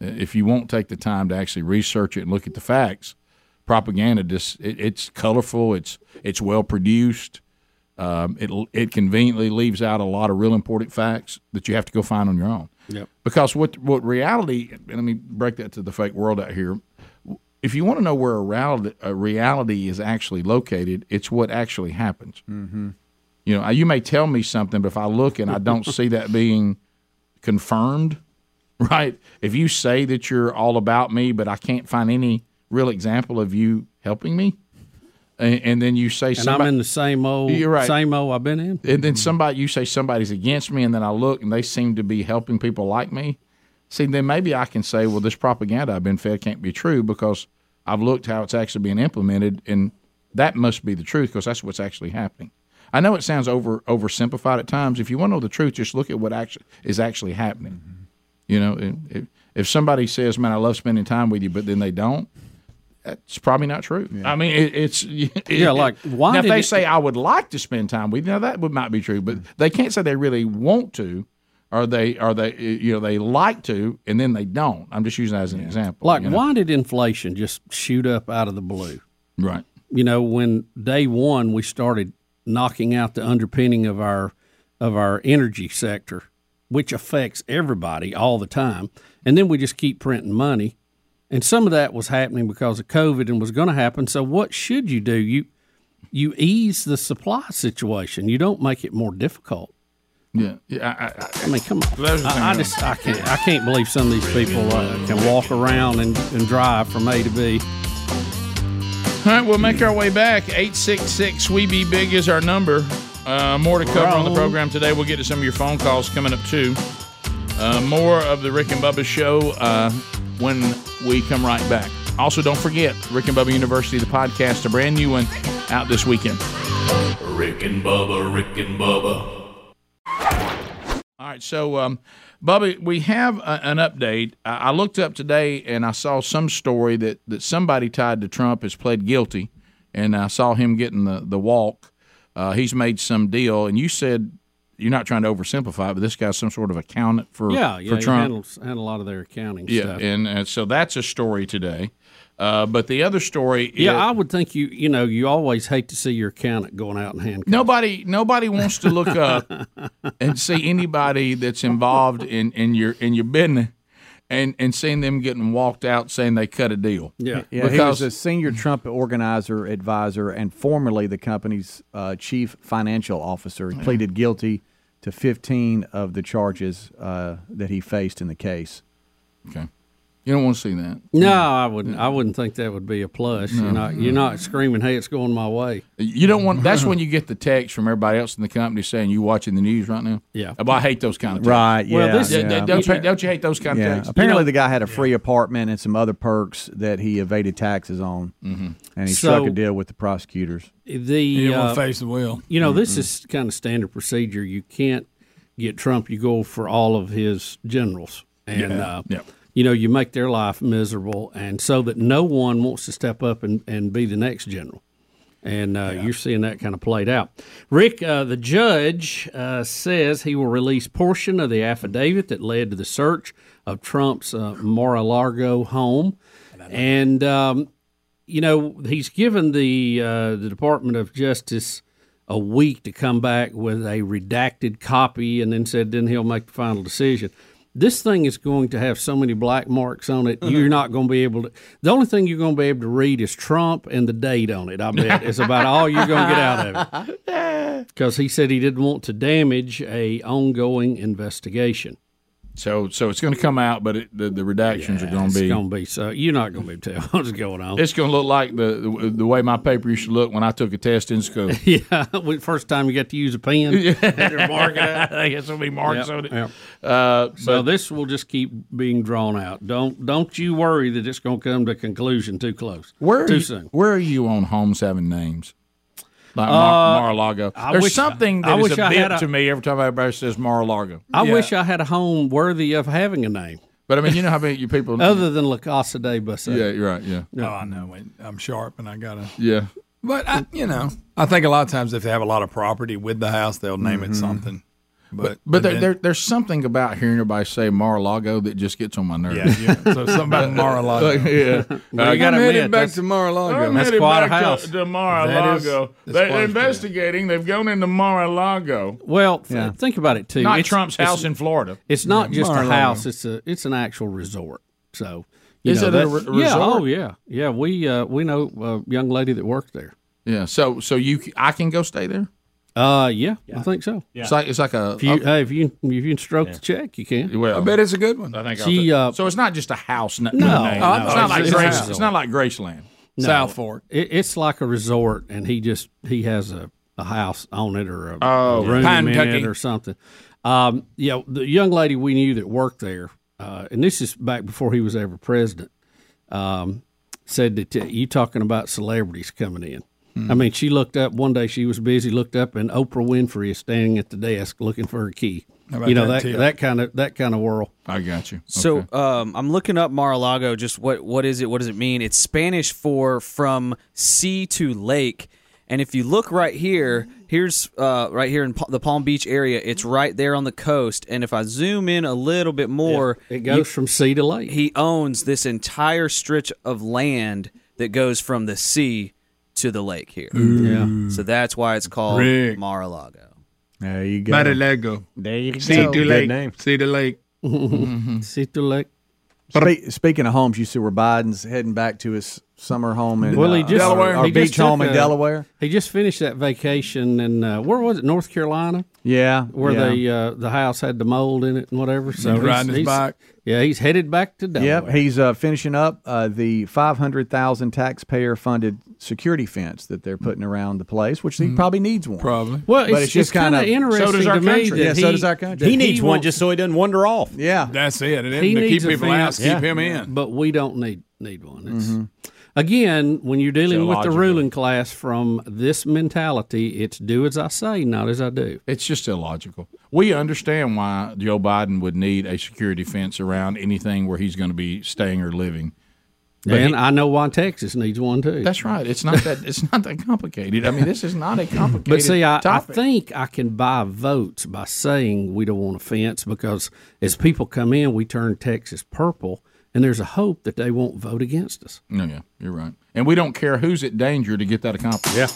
A: Uh, If you won't take the time to actually research it and look at the facts, propaganda just it, it's colorful. It's it's well produced. Um, it it conveniently leaves out a lot of real important facts that you have to go find on your own.
B: Yep.
A: Because what what reality? and Let me break that to the fake world out here. If you want to know where a reality, a reality is actually located, it's what actually happens.
K: Mm-hmm.
A: You know, you may tell me something, but if I look and I don't see that being confirmed, right? If you say that you're all about me, but I can't find any real example of you helping me, and, and then you say
B: And
A: somebody,
B: I'm in the same old,
A: You're right.
B: same old I've been in.
A: and then somebody you say somebody's against me, and then I look and they seem to be helping people like me. See, then maybe I can say, well, this propaganda I've been fed can't be true because I've looked how it's actually being implemented, and that must be the truth because that's what's actually happening. I know it sounds over oversimplified at times. If you want to know the truth, just look at what actually is actually happening. You know, and if, if somebody says, "Man, I love spending time with you," but then they don't, that's probably not true. I mean, it, it's
B: Yeah, like, why
A: Now, if
B: did
A: they
B: it-
A: say I would like to spend time with you, now that would might be true, but they can't say they really want to, or they or they eh, you know they like to, and then they don't. I'm just using that as an example.
B: Like,
A: you know?
B: why did inflation just shoot up out of the blue?
A: Right.
B: You know, when day one we started knocking out the underpinning of our of our energy sector, which affects everybody all the time, and then we just keep printing money, and some of that was happening because of COVID and was going to happen. So, what should you do? You you ease the supply situation. You don't make it more difficult.
A: Yeah. Yeah. I, I,
B: I mean, come on.
A: Those are
B: I, I
A: things-
B: just I can't I can't believe some of these people uh, can walk around and, and drive from A to B.
A: All right, we'll make our way back. 866 We Be Big is our number. Uh, more to cover on the
B: Wrong.
A: program today. We'll get to some of your phone calls coming up, too. Uh, more of the Rick and Bubba show uh, when we come right back. Also, don't forget Rick and Bubba University, the podcast, a brand new one out this weekend.
C: Rick and Bubba, Rick and Bubba,
A: All right, so um, Bubby, we have a, an update. I, I looked up today and I saw some story that, that somebody tied to Trump has pled guilty, and I saw him getting the the walk. Uh, he's made some deal, and you said you're not trying to oversimplify, it, but this guy's some sort of accountant for
B: yeah, yeah,
A: for Trump.
B: handles handle a lot of their accounting
A: yeah,
B: stuff.
A: and, and so that's a story today. Uh, but the other story,
B: yeah,
A: is,
B: I would think you you know you always hate to see your accountant going out and handcuffed.
A: Nobody, nobody wants to look up and see anybody that's involved in, in your in your business, and and seeing them getting walked out saying they cut a deal.
F: yeah. he was
A: because
F: a senior Trump organizer, advisor, and formerly the company's uh, chief financial officer. He pleaded guilty to 15 of the charges uh, that he faced in the case.
A: Okay, you don't want to see that.
B: No, I wouldn't. I wouldn't think that would be a plus.
A: Mm. No.
B: You're not you're not screaming, "Hey, it's going my way."
A: You don't want. That's when you get the text from everybody else in the company saying you watching the news right now.
B: Yeah.
A: well, I hate those kind of texts.
F: Right, yeah,
A: Don't-
F: yeah.
A: Don't, you, don't you hate those kind of
F: Yeah.
A: texts?
F: Apparently, the guy had a free apartment and some other perks that he evaded taxes on,
A: Mhm.
F: and he
B: So-
F: struck a deal with the prosecutors.
B: The
E: You don't wanna
B: uh,
E: face the wheel.
B: You know, this is kind of standard procedure. You can't get Trump. You go for all of his generals, and
A: Yeah,
B: uh,
A: yeah.
B: you know, you make their life miserable, and so that no one wants to step up and, and be the next general. And uh, you're seeing that kind of played out. Rick, uh, the judge uh, says he will release portion of the affidavit that led to the search of Trump's uh, Mar-a-Lago home, and um, you know he's given the uh, the Department of Justice a week to come back with a redacted copy, and then said then he'll make the final decision. This thing is going to have so many black marks on it. You're not going to be able to. The only thing you're going to be able to read is Trump and the date on it. I bet it's about all you're going to get out of it because he said he didn't want to damage a ongoing investigation.
A: So, so it's going to come out, but it, the, the redactions are going
B: It's
A: to be.
B: going to be so. You're not going to be able to tell what's going on.
A: It's going to look like the, the the way my paper used to look when I took a test in school.
B: yeah, when- first time you get to use a pen.
A: They're marking it. I guess there'll be marks
B: Yep,
A: on it.
B: yep.
A: Uh,
B: so this will just keep being drawn out. Don't don't you worry that it's going to come to a conclusion too close.
A: Where are
B: too
A: you,
B: soon.
A: Where are you on homes having names? Like
B: Uh,
A: Mar- Mar-a-Lago.
B: I
A: There's
B: wish-
A: something that
B: I
A: is
B: wish
A: a
B: I had
A: bit
B: a-
A: to me every time everybody says Mar-a-Lago.
B: I wish I had a home worthy of having a name.
A: But I mean, you know how many you people.
B: Other than La Casa de Busa.
A: Yeah, you're right. Yeah.
E: Oh, I know. it. I'm sharp, and I gotta.
A: Yeah.
E: But I, you know, I think a lot of times if they have a lot of property with the house, they'll name it something.
A: Mm-hmm. But
E: but
A: but
E: then-
A: there, there, there's something about hearing everybody say Mar-a-Lago that just gets on my nerves.
E: Yeah, yeah. So something about Mar-a-Lago.
A: yeah,
E: Well, you gotta I'm headed admit, back that's- to Mar-a-Lago.
A: I'm
E: That's
A: headed
E: quite a
A: back to-
E: house.
A: To, Mar-a-Lago.
E: That is- that's quite
A: They're
E: a-
A: investigating. They've gone into Mar-a-Lago.
B: Well, th- think about it too.
A: Not Trump's house in Florida.
B: It's not
A: Yeah,
B: just a
A: Mar-a-Lago.
B: house; it's a it's an actual resort. So, you
A: Is it
B: know,
A: a
B: that's-
A: re-
B: Yeah.
A: resort?
B: Oh, yeah. Yeah. We uh, we know a young lady that worked there.
A: Yeah. So so you c- I can go stay there.
B: Uh, yeah, I think so.
A: Yeah. It's like- it's like a-
B: If you, hey, if you if you can stroke the check, you can.
A: Well,
E: it's a good one.
A: I think I'll
B: She,
A: do-
B: uh,
A: so. It's not just a house. No,
B: No,
A: no,
B: no,
A: it's not like
B: it's a
A: Grace,
B: house.
A: It's not like Graceland.
B: No,
A: South Fork.
B: It, it's like a resort, and he just he has a, a house on it or a,
A: Oh,
B: a room
A: Pine
B: in
A: Tucky.
B: it or something. Um, yeah, the young lady we knew that worked there, uh, and this is back before he was ever president, um, said that uh, you talking about celebrities coming in. I mean, she looked up one day. She was busy, looked up, and Oprah Winfrey is standing at the desk looking for her key.
G: How about
B: You know
G: that
B: that
G: tip?
B: that kind of that kind of world.
A: I got you.
G: So um, I'm looking up Mar-a-Lago. Just what what is it? What does it mean? It's Spanish for from sea to lake. And if you look right here, here's uh, right here in Pa- the Palm Beach area. It's right there on the coast. And if I zoom in a little bit more,
B: it goes from sea to lake.
G: He owns this entire stretch of land that goes from the sea to the lake here.
F: Ooh.
G: So that's why it's called
F: Rick.
G: Mar-a-Lago.
F: There you go.
G: Mar-a-Lago.
F: There you
G: See
F: go.
G: to
F: Good
G: lake.
F: name.
A: See the lake.
F: Mm-hmm.
B: See to lake.
F: Spe- speaking of homes, you see where Biden's heading back to his summer home in
B: well, he
F: uh,
B: just
F: or
B: he
F: beach
B: just
F: home
B: took
F: in
B: a-
F: Delaware.
B: He just finished that vacation in uh, where was it? North Carolina.
F: Yeah,
B: where
F: yeah.
B: the uh, the house had the mold in it and whatever. So
F: He's riding his bike.
B: Yeah, he's headed back to Delaware.
F: Yep, he's uh, finishing up uh, the five hundred thousand taxpayer funded security fence that they're putting around the place, which he probably needs one. Mm-hmm. Probably.
B: Well,
F: but
B: it's,
F: it's just
B: kind of
F: kinda-
B: interesting
F: So does our
B: to me
F: country.
B: that
F: Yeah,
B: he,
F: so does our country.
B: that
F: He needs one
B: wants-
F: just
H: so he doesn't wander off.
F: Yeah,
E: that's it. it
B: He
E: to keep
B: needs a
E: people out,
B: fence,
E: keep him in.
B: But we don't need need one. It's,
F: Mm-hmm.
B: Again, when you're dealing with the
E: Illogical.
B: ruling class from this mentality, it's do as I say, not as I do.
A: It's just illogical. We understand why Joe Biden would need a security fence around anything where he's going to be staying or living.
B: and I know why Texas needs one too.
A: That's right. It's not that. It's not that complicated. I mean, this is not a complicated.
B: But see, I, I
A: topic.
B: think I can buy votes by saying we don't want a fence because as people come in, we turn Texas purple, and there's a hope that they won't vote against us.
A: No, Oh, yeah, you're right. And we don't care who's at danger to get that accomplished. Yeah.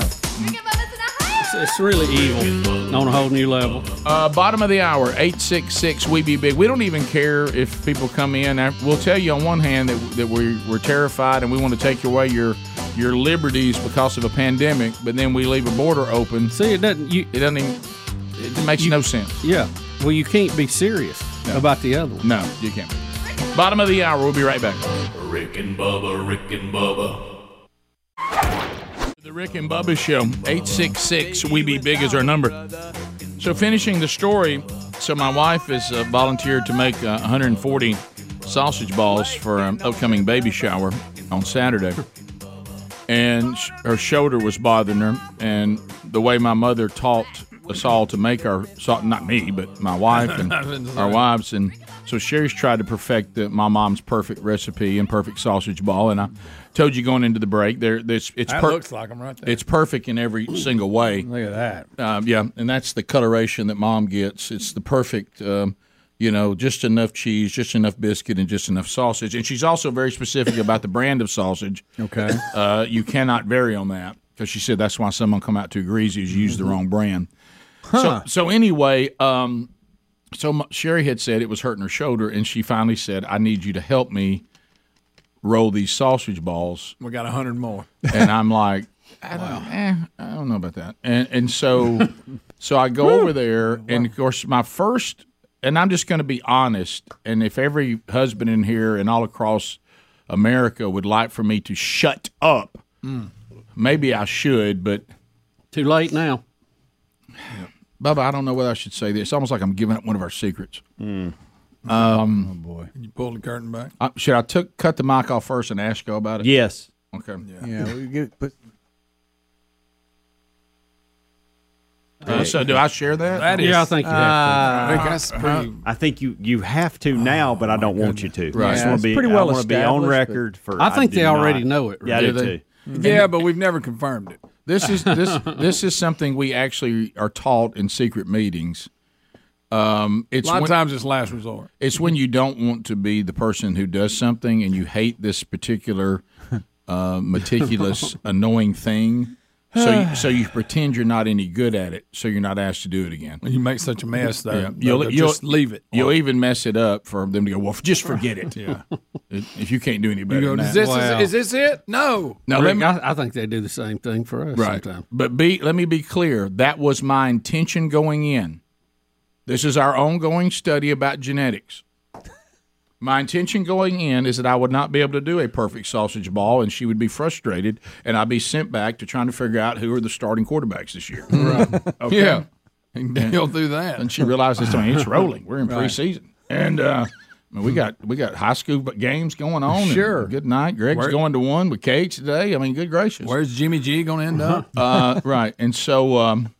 B: it's, it's really evil on a whole new level.
A: Uh, bottom of the hour, 866 We Be Big. We don't even care if people come in. I- We'll tell you on one hand that, that we're, we're terrified and we want to take away your your liberties because of a pandemic, but then we leave a border open.
B: See, it doesn't. You,
A: it doesn't even. It makes no sense.
B: Yeah. Well, you can't be serious about the other one.
A: No, you can't. Bottom of the hour. We'll be right back.
C: Rick and Bubba, Rick and Bubba.
A: The Rick and Bubba Show, 866 We Be Big is our number. So, finishing the story, so my wife has uh, volunteered to make uh, 140 sausage balls for an upcoming baby shower on Saturday. And sh- her shoulder was bothering her. And the way my mother taught us all to make our, sa- not me, but my wife and our wives. And so Sherry's tried to perfect the, my mom's perfect recipe and perfect sausage ball. And I told you going into the break, there, this, it's
E: That
A: per-
E: looks like 'em right there.
A: It's perfect in every single way. Look
E: at
A: that. Um, yeah, and that's the coloration that mom gets. It's the perfect, um, you know, just enough cheese, just enough biscuit, and just enough sausage. And she's also very specific about the brand of sausage.
F: Okay.
A: Uh, you cannot vary on that because she said that's why someone come out too greasy is you use
E: Mm-hmm.
A: the wrong brand.
F: Huh.
A: So, so anyway, um, so m- Sherry had said it was hurting her shoulder, and she finally said, "I need you to help me roll these sausage balls."
E: We got a hundred more.
A: And I'm like, I don't, eh, I don't know about that. and and so so I go over there, and of course my first, and I'm just going to be honest, and if every husband in here and all across America would like for me to shut up, maybe I should, but
B: too late now.
A: Bubba, I don't know whether I should say this. It's almost like I'm giving up one of our secrets. Um, oh boy,
E: You pulled the curtain back.
A: I, should I took cut the mic off first and ask y'all about it?
H: Yes.
A: Okay.
F: Yeah, we get, but
A: Uh, so do I share that?
F: uh,
H: Uh, I think you, you have to now, but I don't want you to. I just want to be, I wanna be on record for. do not- Yeah, I do too.
E: Yeah, but we've never confirmed it.
A: This is this this is something we actually are taught in secret meetings, Um, it's
E: a lot
A: when-
E: of times it's last resort.
A: It's when you don't want to be the person who does something and you hate this particular uh, meticulous, annoying thing. So, you, so you pretend you're not any good at it, so you're not asked to do it again.
E: You make such a mess there.
A: Yeah. You'll,
E: They'll
A: you'll-
E: just leave it.
A: You'll even mess it up for them to go. Well, f- just forget it.
E: Yeah.
A: If you can't do any better,
E: You go,
A: than
E: is
A: that."
E: this, is, is this it? No.
A: Now, let
B: Rick,
A: me-
B: I, I think they do the same thing for us
A: right.
B: sometimes.
A: But be let me be clear. That was my intention going in. This is our ongoing study about genetics. My intention going in is that I would not be able to do a perfect sausage ball, and she would be frustrated, and I'd be sent back to trying to figure out who are the starting quarterbacks this year. Right. Okay.
E: Yeah. And deal through that.
A: And she realized this. I mean, it's rolling. We're in
E: Right.
A: preseason, and uh, I mean, we got we got high school games going on. and
E: Sure.
A: Good night, Greg's
E: Where-
A: going to one with Kate's today. I mean, good gracious.
E: Where's Jimmy G going to end up?
A: uh, right. And so, um,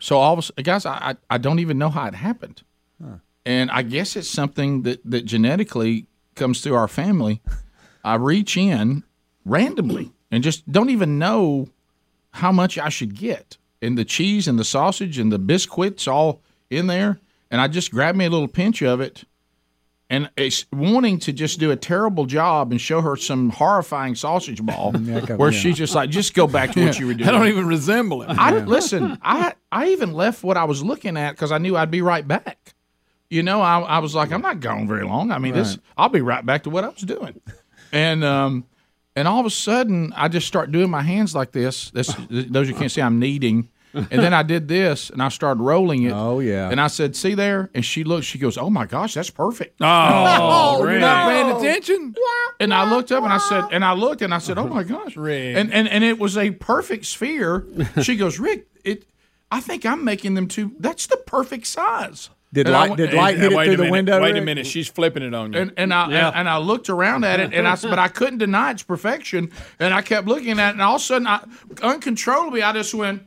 A: so all of a sudden, guys, I, I I don't even know how it happened, and I guess it's something that that genetically comes through our family. I reach in randomly and just don't even know how much I should get, and the cheese and the sausage and the biscuits all in there, and I just grab me a little pinch of it. And it's wanting to just do a terrible job and show her some horrifying sausage ball,
E: okay,
A: where
E: yeah.
A: she's just like, just go back to what you were doing.
E: I don't even resemble it.
A: I listen. I I even left what I was looking at because I knew I'd be right back. You know, I, I was like, I'm not gone very long. I mean, this
E: Right.
A: I'll be right back to what I was doing, and um, and all of a sudden I just start doing my hands like this. This those you can't see I'm kneading, and then I did this and I started rolling it. Oh yeah, and I said, see there, and she looked. She goes, oh my gosh, that's perfect.
E: Oh, you're not paying attention?
A: And I looked up and I said, and I looked and I said, oh my gosh,
E: Rick.
A: And and and it was a perfect sphere. She goes, Rick, it. I think I'm making them too. That's the perfect size.
F: Did
A: And I
F: light,
A: went-
F: did light hit it
E: wait
F: through
E: a
F: the
E: minute,
F: window?
E: Wait a
F: Rick?
E: minute. She's flipping it on you.
A: And, and I and, and I looked around at it and I s- but I couldn't deny its perfection and I kept looking at it and all of a sudden I uncontrollably I just went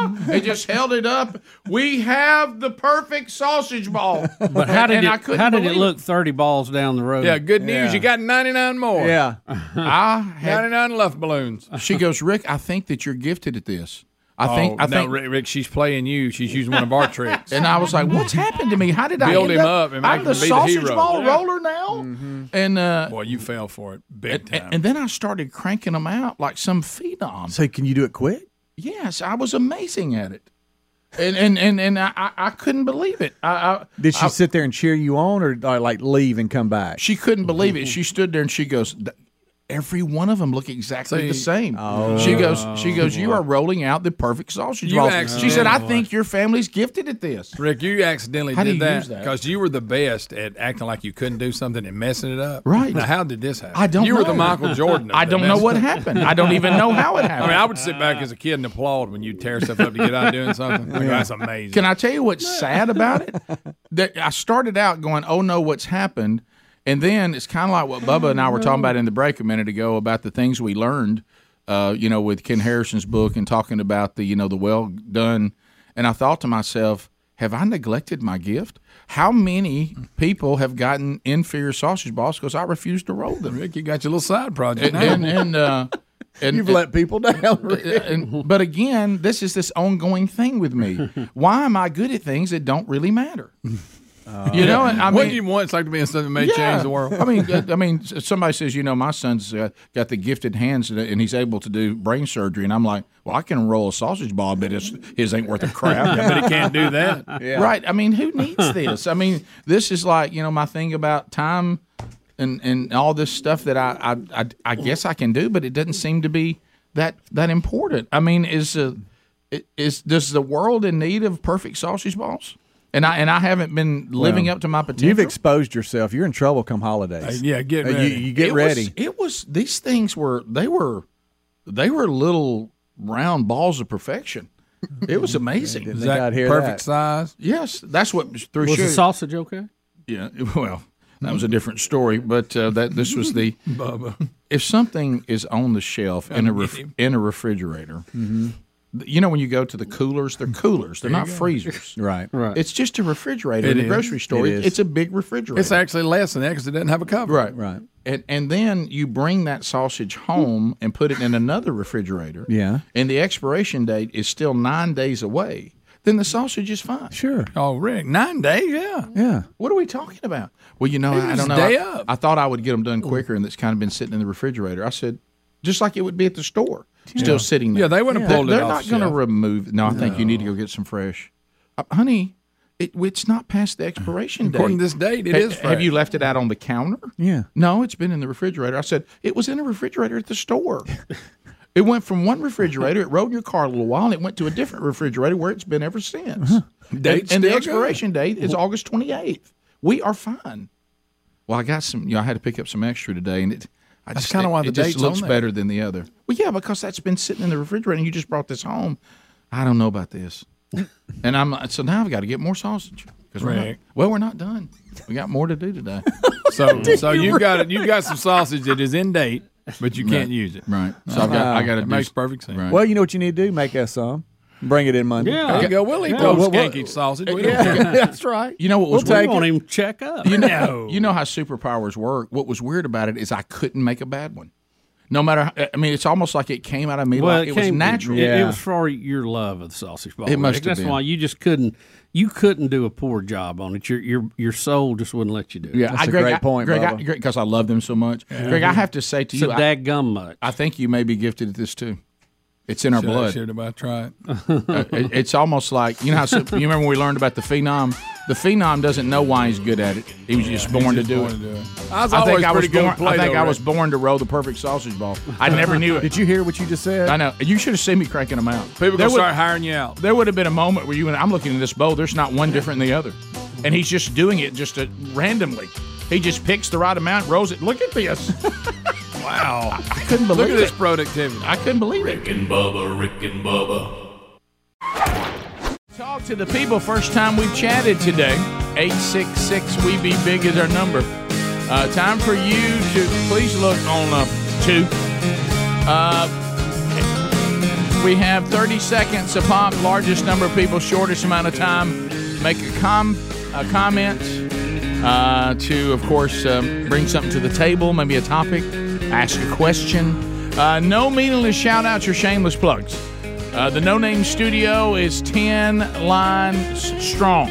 A: "Ah," and just held it up. We have the perfect sausage ball.
B: But how did
A: And I
B: it?
A: couldn't
B: How did it
A: believe it.
B: look thirty balls down the road?
E: yeah, good news. You got 99 more.
F: Yeah.
A: I had
E: 99 left balloons.
A: She goes, Rick, I think that you're gifted at this. I
E: Oh,
A: think, I
E: no,
A: think.
E: Rick, Rick, she's playing you. She's using one of our tricks.
A: And I was like, what's happened to me? How did I
E: Build
A: end
E: him up and make
A: I'm
E: him
A: the
E: be the
A: sausage
E: hero."
A: ball
E: Yeah. Mm-hmm.
A: roller now. And uh,
E: Boy, you fell for it big
A: and,
E: time.
A: and then I started cranking them out like some phenom.
F: So can you do it quick?
A: Yes, I was amazing at it. And and and, and I, I- I couldn't believe it. I, I
F: Did she
A: I-
F: sit there and cheer you on, or, or like leave and come back?
A: she couldn't believe it. She stood there and she goes, "Th- every one of them look exactly the
E: See? Oh.
A: same. she goes, she goes, you are rolling out the perfect sausage
E: You Oh,
A: ball. She
E: accidentally-
A: said, I think your family's gifted at this.
E: Rick, you accidentally
A: How do
E: did
A: you
E: that
A: use that?
E: because you were the best at acting like you couldn't do something and messing it up.
A: Right.
E: Now, how did this happen?
A: I don't
E: You were the
A: know.
E: Michael Jordan. of
A: I
E: the
A: don't know
E: mess-
A: what happened. I don't even know how it happened.
E: I mean, I would sit back as a kid and applaud when you tear stuff up to get out doing something. Like, That's amazing.
A: Can I tell you what's sad about it? That I started out going, "Oh no, what's happened?" And then it's kind of like what Bubba and I were talking about in the break a minute ago about the things we learned, uh, you know, with Ken Harrison's book and talking about the, you know, the well done. And I thought to myself, have I neglected my gift? How many people have gotten inferior sausage balls because I refused to roll them?
E: Rick, you got your little side project
A: And
E: now.
A: and, and, uh, and
F: You've let people down. Rick.
A: and, but again, this is this ongoing thing with me. Why am I good at things that don't really matter? you know, and I
E: what
A: mean,
E: do you want? It's like to be in something that may
A: yeah.
E: change the world.
A: I mean, uh, I mean, s- somebody says, you know, my son's uh, got the gifted hands and- and he's able to do brain surgery, and I'm like, well, I can roll a sausage ball, but it's, his ain't worth a crap.
E: but he can't do that.
A: Right? I mean, who needs this? I mean, this is like you know my thing about time and and all this stuff that I I I, I guess I can do, but it doesn't seem to be that that important. I mean, is uh, i- is does the world in need of perfect sausage balls? And I and I haven't been living up to my potential.
F: Mm-hmm. You've exposed yourself. You're in trouble come holidays.
E: Uh, yeah, get
F: Uh,
E: ready.
F: You, you get
A: it
F: ready.
A: Was, it was these things were they were they were little round balls of perfection. It was amazing.
F: They
E: Is that
F: gotta hear
E: perfect
F: that.
E: size?
A: Yes, that's what through
B: Was
A: sugar.
B: the sausage okay?
A: Yeah, well, that was a different story, but uh, that this was the
E: Bubba.
A: if something is on the shelf in a ref, in a refrigerator,
F: Mm-hmm.
A: th- you know when you go to the coolers, they're coolers, they're not freezers.
F: Right.
B: Right.
A: It's just a refrigerator
E: It
A: in the
E: is.
A: grocery store.
F: It is.
A: It's a big refrigerator.
E: It's actually less than that because it doesn't have a cover.
A: right,
F: Right.
A: And and then you bring that sausage home and put it in another refrigerator.
F: Yeah.
A: And the expiration date is still nine days away. then the sausage is fine.
F: Sure.
A: Oh, Rick, nine days, yeah.
F: Yeah.
A: What are we talking about? Well, you know,
E: Maybe
A: I
E: it's
A: don't know.
E: day
A: I,
E: up.
A: I thought I would get them done quicker, and it's kind of been sitting in the refrigerator. I said, just like it would be at the store,
E: Yeah.
A: still sitting there.
E: Yeah, they wouldn't have
A: They're-
E: pulled it
A: They're
E: off
A: not
E: the
A: going to
E: shelf.
A: remove. No, I think you need to go get some fresh, Uh, honey. It, it's not past the expiration date.
E: According to this date, it
A: Ha-
E: is
A: Have
E: fresh.
A: you left it out on the counter?
F: Yeah.
A: No, it's been in the refrigerator. I said it was in the refrigerator at the store. It went from one refrigerator, it rode in your car a little while, and it went to a different refrigerator where it's been ever since. And,
E: Date's
A: and the
E: still
A: expiration date is August 28th. We are fine. Well, I got some, you know, I had to pick up some extra today, and it, I
E: That's
A: just
E: kinda
A: it-
E: why the
A: it just
E: date's
A: looks
E: on there.
A: better than the other. Well, yeah, because that's been sitting in the refrigerator, and you just brought this home. I don't know about this, and I'm so now I've got to get more sausage because we're not,
E: Rick.
A: well, we're not done. We got more to do today.
E: So,
A: Did
E: so
A: you
E: you've got it.
A: really?
E: You've got some sausage that is in date, but you can't
A: Right.
E: use it.
A: Right. So I've got- I
F: Uh,
A: gotta
E: It
A: do
E: makes
A: s-
E: perfect sense.
A: Right.
F: Well, you know what you need to do? Make us some. Bring it in Monday.
E: Yeah. There you go. We'll eat Yeah. those skanky sausage. We don't care.
F: That's right.
A: You know what was
F: We'll
A: weird?
F: take it.
B: check up.
A: You know, you know how superpowers work. What was weird about it is I couldn't make a bad one. No matter, how- I mean, it's almost like it came out of me. like, it, was
B: came-
A: natural.
B: It, it was for your love of the sausage ball.
A: It must
B: Rick.
A: have
B: That's
A: been.
B: why you just couldn't. You couldn't do a poor job on it. Your your your soul just wouldn't let you do it.
A: Yeah, I, Greg, I, Greg, because I, love them so much.
B: Yeah.
A: Greg, I have to say to
B: So
A: you, I-
B: dadgum
A: I think you may be gifted at this too. It's in our
E: Should I-
A: blood.
E: Should I try it?
A: Uh, it- it's almost like you know. How, su- you remember when we learned about the phenom? The phenom doesn't know why he's good at it. He was just born
E: he's
A: to
E: just
A: do
E: born
A: it.
E: to do it. I was
A: think
E: always
A: I was
E: pretty good
A: born.
E: at Play-Doh,
A: I think I was
E: Rick.
A: born to roll the perfect sausage ball. I never knew it.
F: Did you hear what you just said?
A: I know. You should have seen me cranking them out.
E: People
A: There
E: gonna
A: would-
E: start hiring you out.
A: There would have been a moment where you and I'm looking at this bowl. There's not one different than the other, and he's just doing it just uh randomly. He just picks the right amount, rolls it. Look at this. wow! I couldn't believe
E: Look at
A: it.
E: this productivity.
A: I couldn't believe it.
C: Rick and Bubba, Rick and Bubba.
A: Talk to the people. First time we chatted today. 866 We Be Big is our number. Uh, time for you to please look on uh, two. Uh, we have 30 seconds a pop, largest number of people, shortest amount of time. Make a, com- a comment uh, to, of course, um, bring something to the table, maybe a topic, ask a question. Uh, no meaningless shout outs or shameless plugs. Uh, the No Name Studio is 10 lines strong.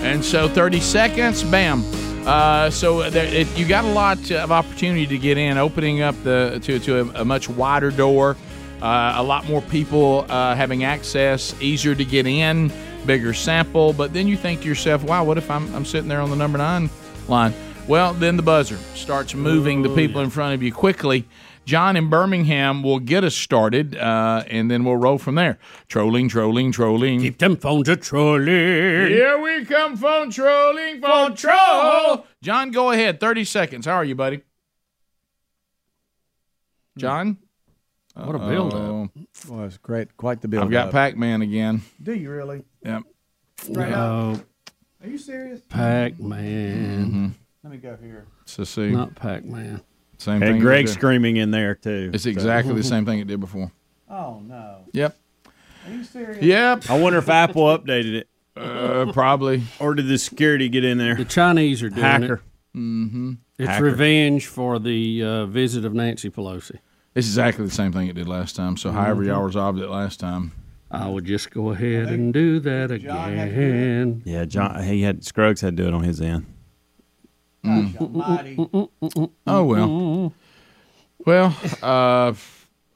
A: And so 30 seconds, bam. Uh, so there, it, you got a lot of opportunity to get in, opening up the to, to a, a much wider door, uh, a lot more people uh, having access, easier to get in, bigger sample. But then you think to yourself, wow, what if I'm, I'm sitting there on the number nine line? Well, then the buzzer starts moving the people in front of you quickly. John in Birmingham will get us started, uh, and then we'll roll from there. Trolling, trolling, trolling. Keep
B: them phones a trolling.
A: Here we come, phone trolling, phone troll. John, go ahead. Thirty seconds. How are you, buddy? John.
B: What a build-up.
F: Well, it's great. Quite the build.
A: I've got Pac Man again.
F: Do you really?
A: Yep.
F: Right
B: Oh,
F: Are you serious?
B: Pac Man.
F: Let me go here.
A: Mm-hmm. So see,
B: Not Pac Man.
A: same
H: And
A: thing.
H: Greg's
A: it did-
H: screaming in there too.
A: It's
H: So-
A: exactly the same thing it did before.
F: Oh no.
A: Yep.
F: Are you serious?
A: Yep.
H: I wonder if Apple updated it,
A: Uh, probably.
H: or did the security get in there?
B: The Chinese are doing
H: Hacker.
B: it.
A: Mm-hmm.
B: It's
H: Hacker.
B: revenge for the uh, visit of Nancy Pelosi.
A: It's exactly the same thing it did last time. So however y'all resolved it last time.
B: Mm-hmm. I would just go ahead and do that again.
H: Yeah, John. He had Scruggs had to do it on his end.
A: Mm. Oh well. Well, uh,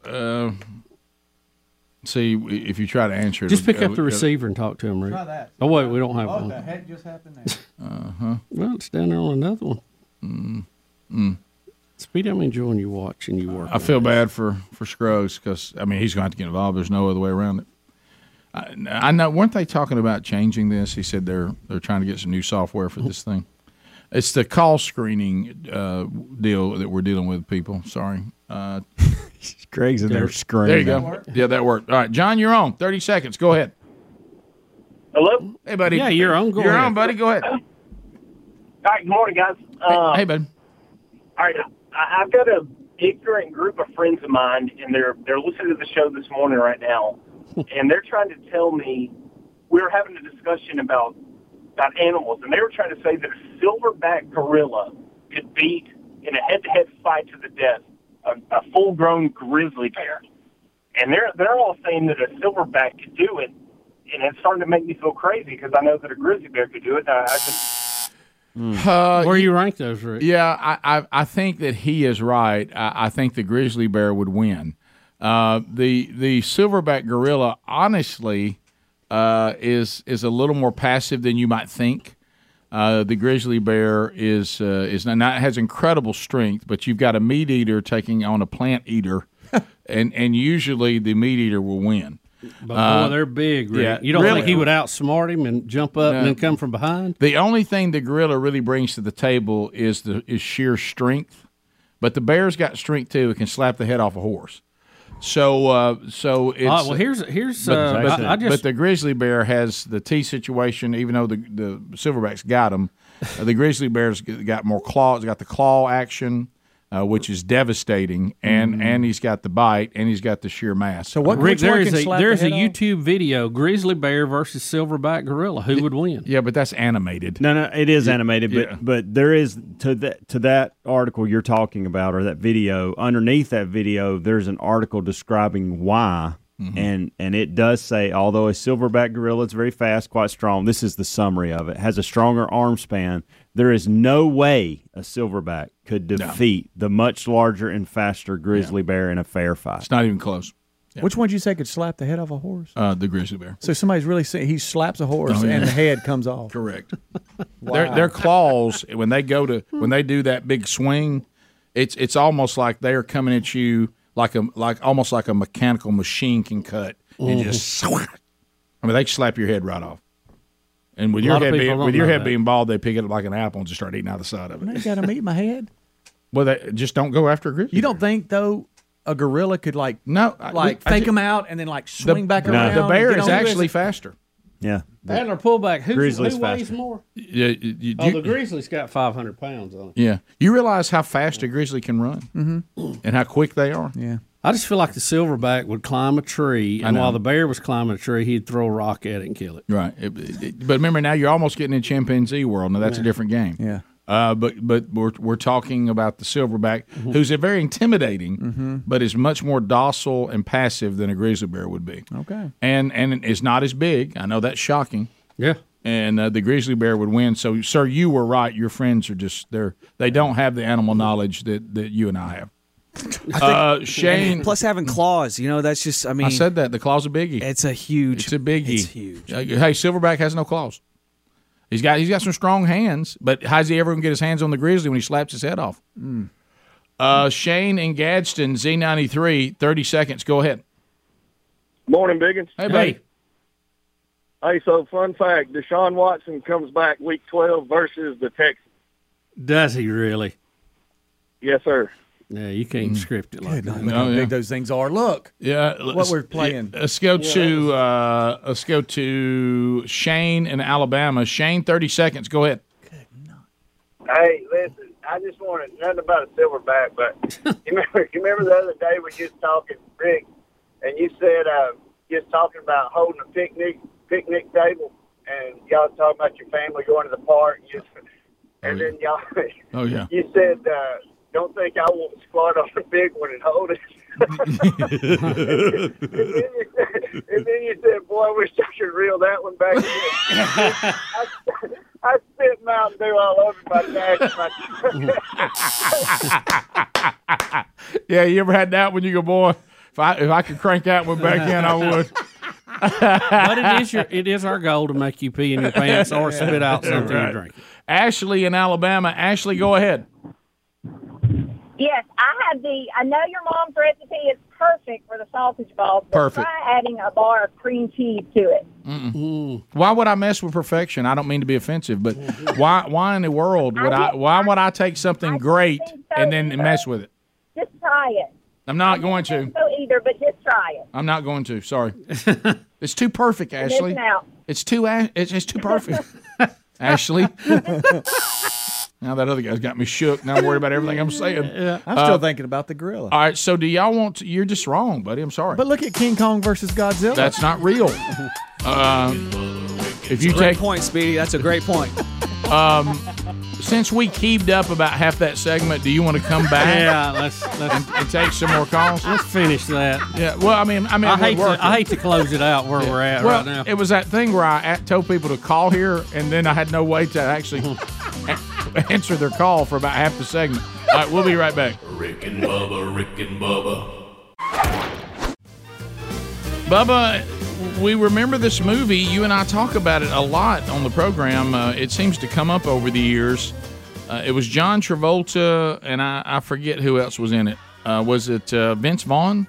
A: uh, see if you try to answer it.
B: Just pick
A: uh,
B: up the
A: uh,
B: receiver and talk to him, Rick.
F: Try that.
B: Oh wait, we don't have
F: What
B: one.
F: the heck just happened there?
A: Uh-huh.
B: Well, it's down there on another one.
A: Mm-hmm. Mm.
B: Speed, I'm enjoying you watching you work.
A: I feel bad for for Scruggs because I mean he's going to have to get involved. There's no other way around it. I, I know. Weren't they talking about changing this? He said they're they're trying to get some new software for this thing. It's the call screening uh, deal that we're dealing with. People, sorry. Uh,
H: Greg's in there screaming.
A: there you go. Yeah, that worked. All right, John, you're on. Thirty seconds. Go ahead.
K: Hello.
A: Hey, buddy.
B: Yeah, you're on. Go
A: you're
B: ahead.
A: on, buddy. Go ahead.
K: All right. Good morning, guys. Uh,
A: hey, buddy.
K: All right. I- I've got a ignorant group of friends of mine, and they're they're listening to the show this morning right now, and they're trying to tell me we were having a discussion about about animals, and they were trying to say that a silverback gorilla could beat in a head-to-head fight to the death a, a full-grown grizzly bear, and they're they're all saying that a silverback could do it. and it's starting to make me feel crazy because I know that a grizzly bear could do it. And I, I just,
A: Uh,
B: Where you rank those, Rick?
A: Yeah, I, I, I think that he is right. I, I think the grizzly bear would win. Uh, the the silverback gorilla, honestly, uh, is is a little more passive than you might think. Uh, the grizzly bear is uh, is not, not has incredible strength, but you've got a meat eater taking on a plant eater, and and usually the meat eater will win.
B: But
A: Uh,
B: boy, they're big. Rick.
A: yeah,
B: you don't
A: really.
B: think he would outsmart him and jump up
A: No.
B: and then come from behind?
A: The only thing the gorilla really brings to the table is the is sheer strength, but the bear's got strength too. It can slap the head off a horse. So, uh, so it's
B: well, here's- here's, uh,
A: but,
B: I- I just-
A: but the grizzly bear has the T situation. Even though the the silverbacks got him, uh, the grizzly bear's got more claw. It's got the claw action, uh, which is devastating, and and he's got the bite, and he's got the sheer mass. So
B: Mm. Rick, there is a there is a YouTube video: grizzly bear versus silverback gorilla. Who would win?
A: Yeah, but that's animated.
H: No, no, it is
B: Yeah.
H: animated, but
B: Yeah.
H: but there is to that to that article you're talking about or that video. Underneath that video, there's an article describing why,
A: Mm-hmm.
H: and and it does say although a silverback gorilla is very fast, quite strong. This is the summary of it. Has a stronger arm span. There is no way a silverback could defeat the much larger and faster grizzly bear in a fair fight. It's
A: not even close.
F: Which one did you say could slap the head off a horse?
A: Uh, the grizzly bear.
F: So somebody's really saying he slaps a horse
A: Oh, yeah.
F: and the head comes off.
A: Correct.
F: Wow.
A: Their their claws when they go to when they do that big swing, it's it's almost like they are coming at you like a like almost like a mechanical machine can cut and just. I mean, they slap your head right off. And with
F: A
A: your
F: lot of
A: head
F: people
A: being
F: don't
A: with your
F: know
A: head
F: that.
A: being bald, they pick it up like an apple and just start eating out the side of it.
F: Got to eat my head.
A: Well, they just don't go after a grizzly.
F: You don't think though a gorilla could like
A: no
F: like
A: I
F: fake
A: ju-
F: him out and then like swing back
A: the,
F: around?
A: The
F: and
A: bear
F: get
A: is
F: on with
A: actually
F: it?
A: faster.
H: Yeah.
B: Adler pullback. Who,
A: Grizzly's
B: who weighs
A: faster.
B: more?
A: Yeah, you, you-
B: oh, the
A: you-
B: grizzly's got five hundred pounds on. it.
A: yeah. You realize how fast a grizzly can run and how quick they are.
F: Mm-hmm. Yeah.
B: I just feel like the silverback would climb a tree,
A: I
B: and
A: know.
B: while the bear was climbing a tree, he'd throw a rock at it and kill it.
A: Right. It- it- it- but remember, now you're almost getting in chimpanzee world. Now that's a
B: Yeah.
A: different game. Yeah. Uh, but but we're, we're talking about the silverback,
B: Mm-hmm.
A: who's a very intimidating, but is much more docile and passive than a grizzly bear would be,
B: Oh.
F: Okay.
A: and and is not as big. I know that's shocking.
B: Yeah.
A: And uh, the grizzly bear would win. So, sir, you were right. Your friends are just they're they don't have the animal knowledge that that you and I have. Uh, Shane,
G: And plus having claws, you know, that's just I mean
A: I said that the claws are biggie. It's
G: a huge.
A: It's a biggie.
G: it's huge.
A: Uh, hey, silverback has no claws. He's got he's got some strong hands, but how's he ever gonna get his hands on the grizzly when he slaps his head off? Uh, Shane and Gadsden Z93, 30 seconds. Go ahead.
L: Morning, Biggins.
A: Hey, buddy.
L: Hey, so fun fact: Deshaun Watson comes back week twelve versus the Texans.
B: Does he really?
L: Yes, sir.
B: Yeah, you
A: Mm.
B: can't script it like that.
F: Look how big those things are. Look.
A: Yeah,
F: What
A: let's-
F: we're playing.
A: Let's go to uh, let's go to Shane in Alabama. Shane, 30 seconds. Go ahead.
M: Hey, listen, I just wanted nothing about a silverback, but you remember, you remember the other day when you was talking, Rick, and you said uh, you was talking about holding a picnic picnic table, and y'all was talking about your family going to the park, you, and then y'all
A: Oh yeah.
M: you said uh, don't think I won't squat on a big one and hold it, and then you said, boy, I wish I could reel that one back. in. I, I spit Mountain Dew all over my back. My,
A: yeah, you ever had that when you go, boy? If I if I could crank that one back in, I would.
B: but it is your it is our goal to make you pee in your pants or spit out something
A: Right.
B: you drink.
A: Ashley in Alabama. Ashley, go ahead.
N: Yes, I have the. I know your mom's recipe is perfect for the sausage balls. but
A: Perfect.
N: Try adding a bar of cream cheese to it.
A: Mm-mm. Why would I mess with perfection? I don't mean to be offensive, but why why in the world would Mm-hmm. I why would I take something great and then mess with it?
N: Just try it.
A: I'm not going to.
N: So either, but just try it.
A: I'm not going to. Sorry. It's too perfect,
N: You're
A: Ashley.
N: missing out.
A: It's too a- it's, it's too perfect. Ashley. now that other guy's got me shook. Now I'm worried about everything I'm saying.
F: I'm still
A: Uh,
F: thinking about the gorilla.
A: All right, so do y'all want to, you're just wrong, buddy. I'm sorry.
F: But look at King Kong versus Godzilla.
A: That's not real. Um, if you
G: Great
A: take
G: point, Speedy. That's a great point.
A: um, since we keeved up about half that segment, do you want to come back?
B: Yeah, let's let's
A: and, and take some more calls.
B: Let's finish that.
A: Yeah. Well, I mean, I mean,
B: I
A: we're
B: hate to,
A: working.
B: I hate to close it out where we're at
A: well,
B: right now.
A: it was that thing where I at- told people to call here, and then I had no way to actually a- answer their call for about half the segment. All right, we'll be right back.
C: Rick and Bubba, Rick and Bubba,
A: Bubba, we remember this movie. You and I talk about it a lot on the program. Uh, it seems to come up over the years. Uh, it was John Travolta, and I, I forget who else was in it. Uh, was it uh, Vince Vaughn?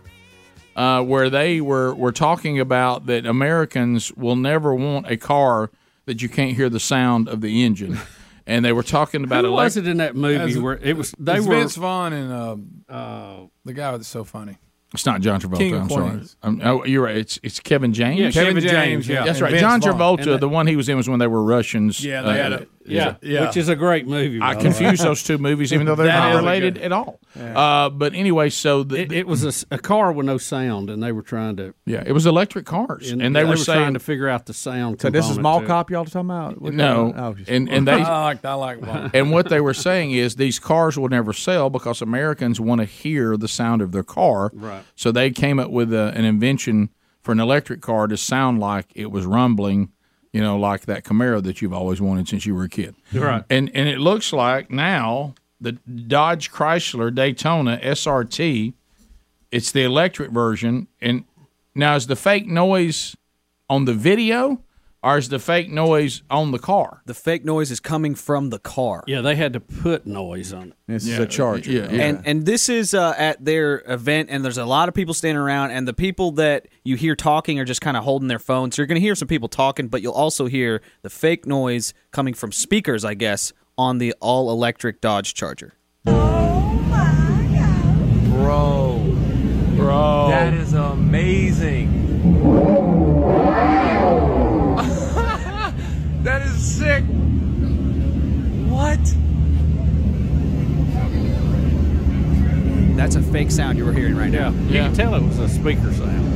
A: Uh, where they were, were talking about that Americans will never want a car that you can't hear the sound of the engine. And they were talking about
B: Who
A: elec-
B: was it in that movie where it was? They
E: it's
B: were Oh.
E: Vince Vaughn and um, the guy that's so funny.
A: It's not John Travolta.
E: King of
A: I'm sorry.
E: Queens.
A: I'm, oh, you're right. It's it's Kevin James.
E: Yeah, Kevin Kevin James, James, yeah.
A: That's
E: and
A: right.
E: Vince
A: John
E: Vaughn.
A: Travolta.
E: And that-
A: the one he was in was when they were Russians. Uh,
E: Yeah, they had a-
B: yeah,
A: yeah.
B: which is a great movie. by
A: I
B: the
A: confuse
B: way.
A: those two movies, even though they're
B: That
A: not
B: is a
A: related
B: good-
A: at all. Uh, but anyway, so the,
B: it, it was a, s- a car with no sound, and they were trying to.
A: Yeah, it was electric cars, and, they were, saying
B: trying to figure out the sound.
A: So this is
B: component
A: mall
B: to it.
A: cop
F: y'all talking about?
A: No, and and they
E: I like Vaughn.
A: and what they were saying is these cars will never sell because Americans want to hear the sound of their car.
E: Right.
A: So they came up with a, an invention for an electric car to sound like it was rumbling, you know, like that Camaro that you've always wanted since you were a kid.
B: Right.
A: And and it looks like now the Dodge Chrysler Daytona SRT, it's the electric version. And now is the fake noise on the video or is the fake noise on the car?
G: The fake noise is coming from the car.
B: Yeah, they had to put noise on it.
F: This
A: is a Charger. Yeah, yeah.
G: And and this is uh, at their event, and there's a lot of people standing around, and the people that you hear talking are just kind of holding their phones. So you're going to hear some people talking, but you'll also hear the fake noise coming from speakers, I guess, on the all electric Dodge Charger.
O: Bro.
A: Bro.
O: That is amazing. that is sick. What?
G: That's a fake sound you were hearing right now.
B: You can tell it was a speaker sound.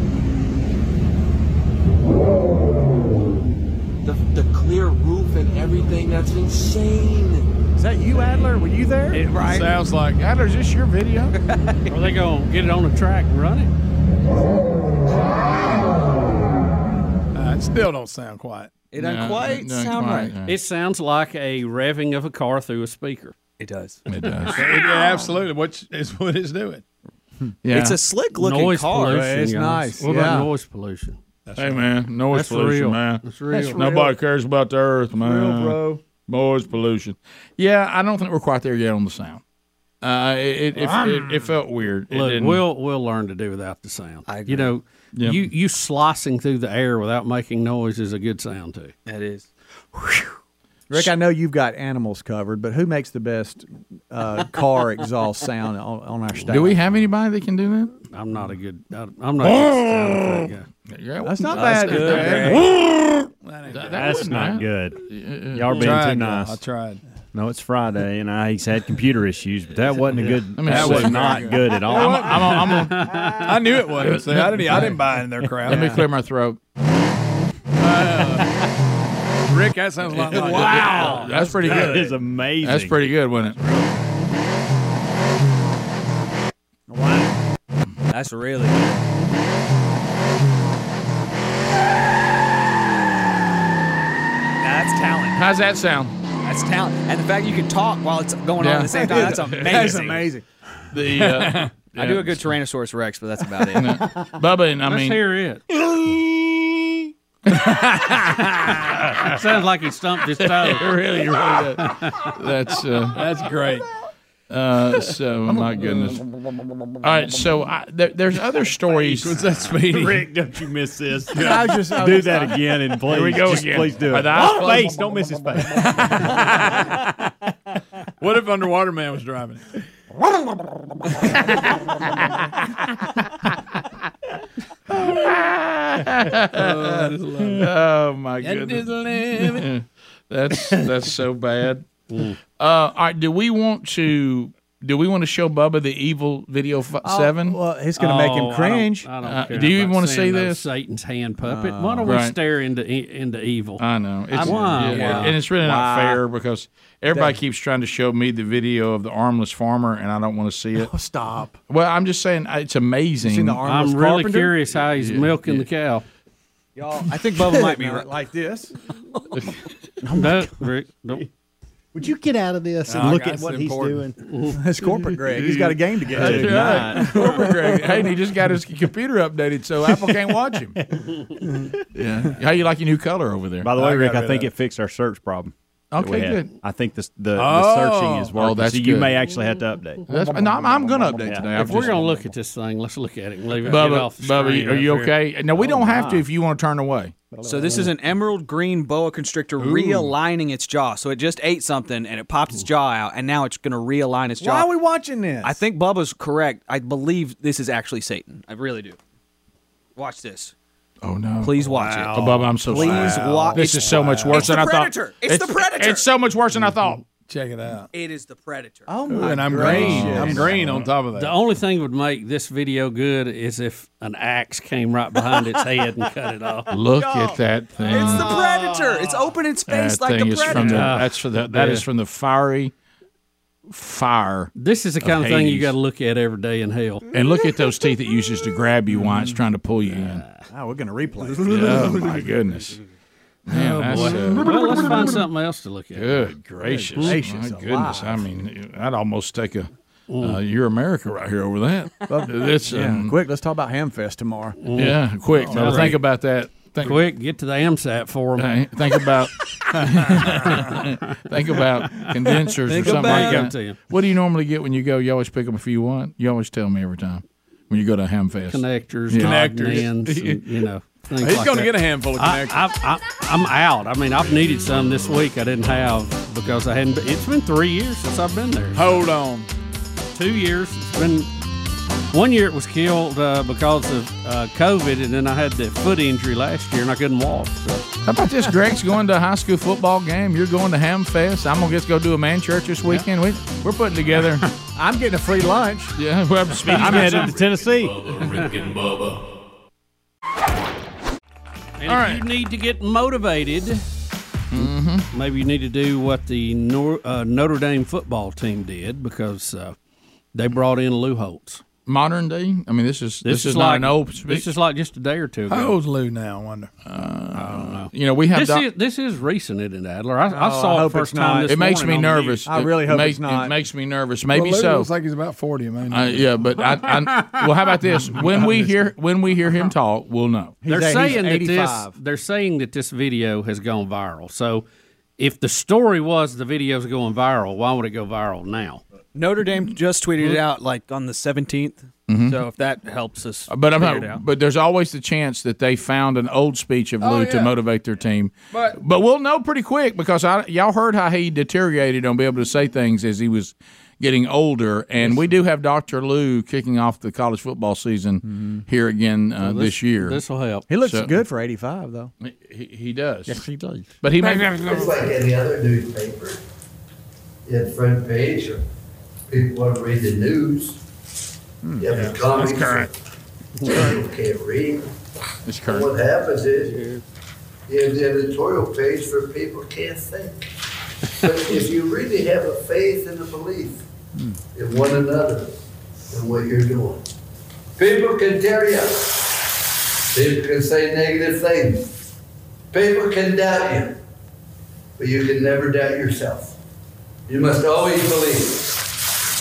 O: The, the clear roof and everything, that's insane.
F: Is that you, Adler? Were you there?
B: It
O: right.
A: sounds like Adler. Is this your video?
B: Are they gonna get it on the track and run it?
E: Uh, it still don't sound quiet.
G: It don't No, quite it don't sound quite, right. no.
B: It sounds like a revving of a car through a speaker.
G: It does.
A: It does.
E: Yeah, absolutely. Which is what it's doing.
A: Yeah.
G: It's a slick looking
B: Noise
G: car.
B: pollution,
E: it's
B: guys.
E: nice,
B: What
E: yeah.
B: about noise pollution?
A: hey man, noise
B: That's
A: pollution,
B: real.
A: man.
B: That's real. That's real.
A: Nobody cares about the earth, man.
B: bro.
A: Noise pollution. Yeah, I don't think we're quite there yet on the sound. Uh, it, it, if- it, it felt weird. It
B: Look,
A: didn't-
B: we'll we'll learn to do without the sound.
G: I
B: You know,
A: Yeah.
B: you you slicing through the air without making noise is a good sound too.
G: That is.
F: Rick, I know you've got animals covered, but who makes the best uh, car exhaust sound on, on our staff?
A: do we have anybody that can do that?
B: I'm not a good. I'm not. A
F: Oh!
B: good sound effect guy.
A: Yeah,
F: That's not
A: that's
F: bad.
A: good,
F: Rick.
H: That's not good. Y'all are being
E: Tried,
H: too
E: y'all.
H: nice.
E: I tried.
H: No, it's Friday, and I, he's had computer issues, but that wasn't a good.
E: I mean,
H: that
E: it's-
H: was not good at all.
E: You know what?
A: I'm on- I'm on-
E: I knew it wasn't. so I didn't. I didn't buy in their crowd.
A: Let me clear my throat.
E: Rick, that sounds a lot like
A: Wow. That's pretty good.
H: That is amazing.
A: That's pretty good, wasn't it?
G: That's really good. That's talent.
A: How's that sound?
G: That's talent. And the fact you can talk while it's going on
A: Yeah.
G: at the same time, that's amazing.
A: That is amazing. The, uh,
G: I do a good Tyrannosaurus Rex, but that's about it.
A: Bubba, and I
B: Let's
A: mean,
B: hear it. sounds like he stumped his toe.
A: It really, really does. That's uh, that's great. Uh, so my goodness. All right, so I, there, there's other stories. What's that, Speedy?
H: Rick, don't you miss this?
A: Yeah, I was just- I was
H: do
A: just-
H: that again, and please,
A: Here we go
H: just
A: again.
H: please do
A: Are
H: it.
A: the eyes
H: Oh,
A: closed?
H: face, don't miss his face.
E: What if Underwater Man was driving it?
A: Oh,
B: Oh,
A: that is oh my
E: That is
A: goodness. that's that's so bad. Uh, all right, do we want to Do we want to show Bubba the evil video f- seven?
F: Oh, well, it's gonna make him
B: Oh, I don't-
F: cringe.
B: I don't,
A: Uh,
B: care
A: do you
B: about
A: even want to see
B: seeing those
A: this?
B: Satan's hand puppet?
G: Uh,
B: Why don't we
A: Right.
B: stare into e- into evil?
A: I know. It's,
B: why?
A: yeah,
B: Why?
A: And it's really not
B: Why?
A: fair because everybody
B: That-
A: keeps trying to show me the video of the armless farmer, and I don't want to see it.
E: Oh, stop.
A: Well, I'm just saying uh, it's amazing.
B: the armless I'm really carpenter? curious how he's milking the cow.
F: Y'all,
B: I think Bubba might be right.
F: like this.
B: No, Rick, don't.
P: Would you get out of this and
B: Oh,
P: look at
B: that's
P: what he's
B: important.
P: doing?
F: That's corporate Greg. He's got a game to get
A: That's
F: to.
A: right. Corporate Greg. Hey, and he just got his computer updated, so Apple can't watch him. Yeah. How you like your new color over there?
H: By the
A: I
H: way, Rick,
A: got
H: I
A: rid
H: think
A: of
H: it fixed our search problem. that
A: Okay,
H: we had.
A: good.
H: I think this, the,
A: Oh.
H: the searching is
A: Oh,
H: working.
A: that's
H: so you may
A: good.
H: actually have to update.
A: That's- no, I'm- I'm gonna update today. I've
B: If we're
A: just-
B: gonna look at this thing, let's look at it. And leave it. get
A: Bubba,
B: off the
A: Bubba,
B: screen
A: are
B: up
A: you
B: here.
A: okay? No, we
B: Oh,
A: don't have to
B: my.
A: if you want to turn away.
G: So this is an emerald green boa constrictor
A: Ooh.
G: realigning its jaw. So it just ate something and it popped its jaw out, and now it's going to realign its jaw.
F: Why are we watching this?
G: I think Bubba's correct. I believe this is actually Satan. I really do. Watch this.
A: Oh no!
G: Please watch
A: Wow.
G: it.
A: Oh, Bubba, I'm so
G: Please
A: sorry.
G: watch.
A: This is so much worse
G: It's the
A: than I thought.
G: predator. It's, the predator.
A: It's so much worse than I thought.
E: Check it out.
G: It is the predator.
F: Oh
A: my and I'm green. gracious. I'm green on top of that.
B: The only thing that would make this video good is if an axe came right behind its head and cut it off.
A: Look at that thing.
G: It's the predator. It's open in space
A: Ah. that
G: like
A: thing
G: the
A: is
G: predator.
A: from the, that's for the, that is from the fiery fire.
B: This is the kind of thing you got to look at every day in hell.
A: And look at those teeth it uses to grab you while it's trying to pull you in.
F: Oh, we're gonna replay. it.
A: Oh my goodness. Man,
B: Oh,
A: that's,
B: boy.
A: uh,
B: Well, let's find something else to look at.
A: Good gracious.
B: Good gracious
A: My goodness.
B: alive.
A: I mean, I'd almost take a uh, Your America right here over that. That's,
F: yeah,
A: um,
F: quick. Let's talk about Hamfest
A: Uh,
F: tomorrow.
A: Yeah,
B: Oh,
A: quick.
F: All
A: Now
F: right.
A: Think about that. Think,
B: Quick, get to the AMSAT for
A: Hey,
B: them.
A: think about think about condensers
B: Think
A: or something
B: about
A: like
B: it.
A: that. What do you normally get when you go? You always pick them if you want. You always tell me every time when you go to Hamfest.
B: Connectors,
A: Yeah.
B: connectors, and, you know. things
A: He's
B: like
A: gonna
B: that.
A: get a handful of
B: I, I, I, I'm out. I mean, I've needed some this week. I didn't have because I hadn't. Been, it's been three years since I've been there.
A: Hold on,
B: two years. It's been one year. It was killed uh, because of uh, COVID, and then I had the foot injury last year, and I couldn't walk. So.
A: How about this? Greg's going to a high school football game. You're going to Hamfest. I'm gonna just go do a man church this weekend. We, we're putting together.
F: I'm getting a free lunch.
A: Yeah, well, Speedy's not
H: I'm headed
A: something.
H: to Tennessee.
C: Rick and Bubba.
B: And if you need to get motivated,
A: Mm-hmm.
B: maybe you need to do what the Nor- uh, Notre Dame football team did because uh, they brought in Lou Holtz.
A: Modern day. I mean, this is this, is,
B: like
A: not an old.
B: This is like just a day or two ago.
E: How old's Lou now? I wonder.
B: I don't know.
A: Uh, You know, we have
B: this.
A: doc-
B: is, this is recent, isn't it, Adler? I, I
E: Oh,
B: saw
E: I
B: it
E: hope
B: first
E: it's not.
B: time. This
A: it makes
B: morning
A: me
B: on the news.
A: nervous. It make- It makes me nervous. Maybe
E: well, Lou
A: so.
E: Looks like he's about forty, man.
A: Uh, yeah, but I, I, well, how about this? Oh, When we hear when we hear him talk, we'll know.
B: they're saying that this they're saying that this video has gone viral. So if the story was the video's going viral, why would it go viral now?
G: Notre Dame just
A: Mm-hmm.
G: tweeted it out like on the 17th.
A: Mhm.
G: So if that helps us,
A: But I'm
G: figure it out.
A: not, But there's always the chance that they found an old speech of Lou
G: Oh,
A: to
G: yeah.
A: motivate their team.
G: But-
A: but we'll know pretty quick because I, y'all heard how he deteriorated on being able to say things as he was getting older. And we do have Dr. Lou kicking off the college football season here again uh, this, year.
B: will help.
F: He looks
A: So-
F: good for 85, though.
A: He, he does. Yes,
F: he does.
A: But he may.
Q: It's like any other newspaper. You had front page, or people want to read the news. You have the comics.
A: Hmm. That's current.
Q: People can't read.
A: It's
Q: And
A: current.
Q: What happens is, you have the editorial page where people can't think. But if you really have a faith and a belief
A: Hmm.
Q: in one another and what you're doing, people can tear you up. People can say negative things. People can doubt you. But you can never doubt yourself. You must always believe.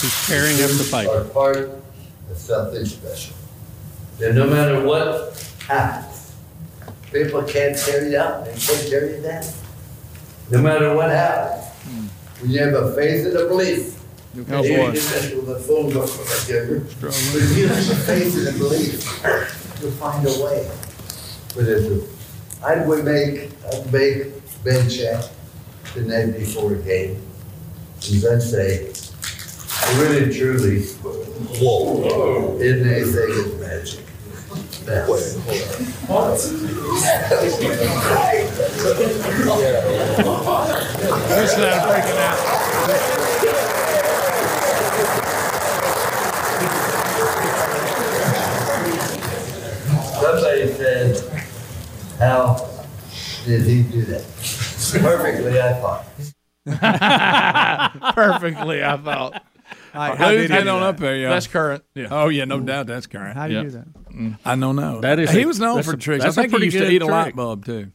B: He's tearing up the paper.
Q: Are part of something special. And no matter what happens, people can't tear you up. They can't tear you down. No matter what happens, when you have a faith and a belief.
E: Oh,
Q: you
E: boy.
Q: do this with a phone call, like, uh, If you have a faith and a belief, you'll find a way. But it, I would make, I'd make Ben Chat the night before a game. And then say, really truly, whoa, isn't anything is magic? That way.
A: Listen to that freaking out.
Q: How did he do that? Perfectly, I thought.
A: Perfectly, I thought.
E: All right, how did he
A: Hang
E: do
A: on
E: that?
A: up there, yeah.
E: That's current.
A: Yeah.
E: Oh yeah, no doubt that's current.
A: How do you do
E: that? I don't know.
A: That is
E: he
A: a-
E: was known
A: that's
E: for
A: a-
E: tricks. I
A: that's a
E: think he
A: pretty
E: used to
A: good
E: eat a
A: trick.
E: light bulb too.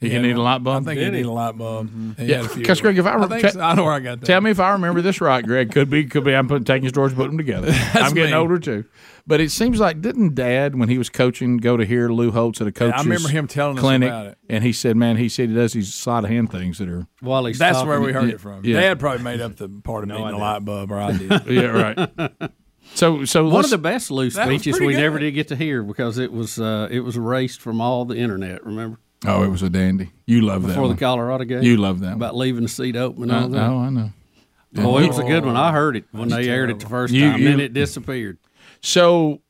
A: He can eat a light bulb.
E: I think
A: Did
E: he
A: he?
E: eat
A: Mm-hmm.
E: a light bulb. He had
A: Yeah,
E: a few.
A: because Greg, if I,
E: I
A: remember,
E: think so. I know where I got that.
A: Tell me if I remember this right, Greg. Could be, could be. I'm put, taking stories, putting them together. I'm getting
E: me.
A: older too, but it seems like didn't Dad when he was coaching go to hear Lou Holtz at a
E: Yeah, I
A: coach's
E: remember him telling us
A: clinic,
E: about it.
A: and he said, "Man, he said he does these sleight of hand things that are."
B: While
E: That's where we heard it from. Dad probably made up the part of eating a light bulb, or I did.
A: yeah, right. So, so
B: one
A: let's-
B: of the best loose
E: That was
B: speeches
E: pretty
B: we
E: good.
B: never did get to hear because it was uh, it was erased from all the internet. Remember?
A: Oh, it was a dandy. You love that
B: before
A: one.
B: the Colorado game.
A: You love that one.
B: about leaving the seat open. And
A: I-
B: all that.
A: oh, I know.
B: Oh,
A: Yeah.
B: it was a good one. I heard it when
A: That's
B: they aired it the
A: terrible.
B: first
A: You-
B: time,
A: you-
B: and it disappeared.
A: So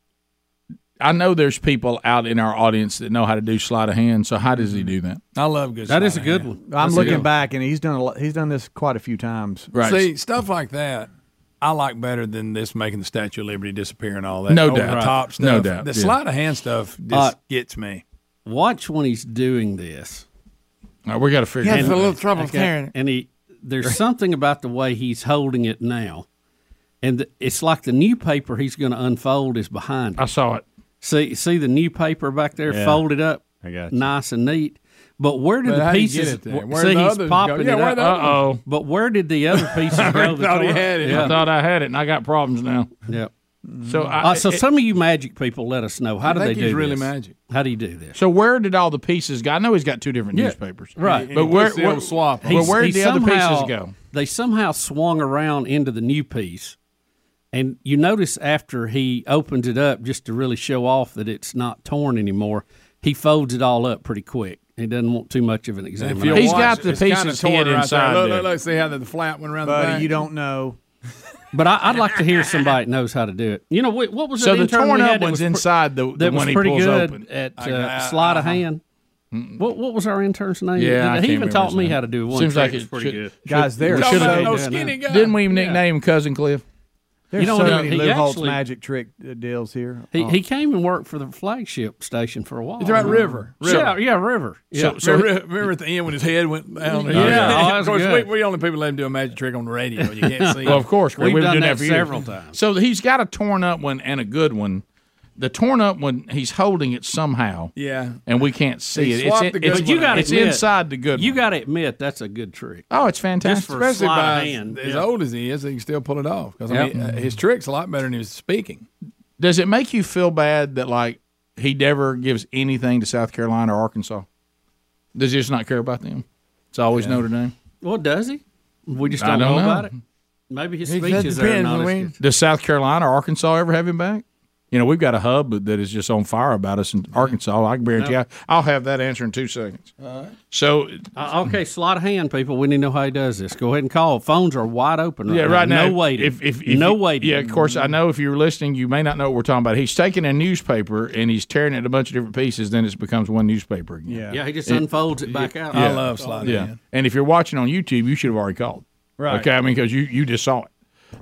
A: I know there's people out in our audience that know how to do sleight of hand. So how does
B: Mm-hmm.
A: he do that?
E: I love good.
A: That is a
E: sleight of
A: good
E: hand.
A: one.
F: I'm
A: That's
F: looking
A: good.
F: back, and he's done a lot, he's done this quite a few times.
E: See, stuff like that, I like better than this making the Statue of Liberty disappear and all that.
F: No
A: Oh,
E: Over
F: doubt.
E: The top stuff.
F: No doubt,
E: The
F: yeah.
E: sleight of hand stuff just
B: Uh,
E: gets me.
B: Watch when he's doing this.
A: we got to figure.
B: And-
E: trouble
B: okay, And he, there's something about the way he's holding it now, and th- it's like the new paper he's going to unfold is behind. I
A: saw it.
B: See, see the new paper back there
A: Yeah.
B: folded up,
A: I got
B: nice and neat. But where did
A: But
B: the
A: how do you get
B: pieces?
A: it there?
B: wh-
A: Where
B: see,
A: the
B: he's
A: others go?
B: popping
A: Yeah,
B: it
A: where
B: up.
A: the others- Uh-oh.
B: But where did the other pieces go? that
A: thought he
B: tore up?
A: had it. I thought I had it, and I got problems now.
B: Yeah.
A: So, I,
B: Uh, so
A: it-
B: some of you magic people, let us know how
A: I
B: do
A: think
B: they
A: he's
B: do
A: really
B: this?
A: magic.
B: How do you do this?
A: So where did all the pieces go? I know he's got two different
B: Yeah,
A: newspapers,
B: right?
A: But where, where But
B: He's-
A: where did
B: he
A: the other
B: somehow-
A: pieces go?
B: They somehow swung around into the new piece, and you notice after he opens it up just to really show off that it's not torn anymore, he folds it all up pretty quick. He doesn't want too much of an examination.
E: Look, look, look, see how the, the flap went around
B: Buddy,
E: the back?
B: you
F: don't know.
B: But I, I'd like to hear somebody that knows how to do it. You know what? What was
A: So
B: it
A: the
B: intern we
A: torn up
B: had that
A: one's
B: was pre-
A: inside the- the
B: that
A: one
B: was
A: he
B: pretty
A: pulls
B: good
A: open.
B: at
A: I-
B: uh,
A: I-
B: sleight of
A: uh-huh.
B: hand. What what was our intern's name?
A: Yeah, I
B: he
A: can't
B: even
A: remember
B: taught
A: his
B: me
A: name.
B: how to do one.
A: Seems like
B: trick. It was
A: it
B: pretty
A: should-
B: good,
F: Guys,
A: there
F: there
A: is-
F: is
A: Talking
F: so,
A: about no skinny guy. Didn't we even nickname Cousin Cliff?
F: There's
B: You know
F: so
B: what,
F: many
B: he
F: Lou Holtz
B: actually-
F: magic trick uh, deals here.
B: He,
F: Oh.
B: he came and worked for the flagship station for a while. Uh-huh.
E: It's about River. River.
B: Oh. Yeah, yeah, River. Yeah.
E: So, so remember, remember at the end when his head went down?
B: Yeah, oh, that's
E: of course,
B: good.
E: we, we only people let him do a magic trick on the radio. You can't see.
A: well, of course, Greg,
E: We've done
A: been doing
E: that
A: for years.
E: several times.
A: So he's got a torn up one and a good one. The torn up one, he's holding it somehow.
E: Yeah.
A: and we can't see
B: He
A: it.
B: swapped
A: in-
B: the good But you
A: it's
B: gotta admit-
A: inside the good.
B: You got to admit that's a good trick.
A: Oh, it's fantastic.
B: Just for Especially sleight of
E: by
B: hand.
E: as
B: Yeah.
E: old as he is, he can still pull it off. Because I
A: Yep.
E: mean, uh, his trick's a lot better than his speaking.
A: Does it make you feel bad that like he never gives anything to South Carolina or Arkansas? Does he just not care about them? It's always Notre Dame.
B: Well, does he? We just
A: I
B: don't,
A: don't
B: know,
A: know.
B: about it. Maybe his
A: It
B: speeches are
A: depends,
B: not
A: I
B: as
A: mean.
B: good.
A: Does South Carolina or Arkansas ever have him back? You know, we've got a hub that is just on fire about us in Arkansas. I can guarantee
B: No.
A: I, I'll have that answer in two seconds. So,
B: Uh, okay, sleight of hand, people. We need to know how he does this. Go ahead and call. Phones are wide open. Right
A: yeah, right now,
B: no waiting.
A: If, if, if
B: no
A: you-
B: waiting.
A: Yeah, of course. I know if you're listening, you may not know what we're talking about. He's taking a newspaper and he's tearing it in a bunch of different pieces. Then it becomes one newspaper again.
B: Yeah, he just
A: It-
B: unfolds it back out.
A: Yeah. Yeah, and if you're watching on YouTube, you should have already called.
B: Right.
A: Okay, I mean because you you just saw it.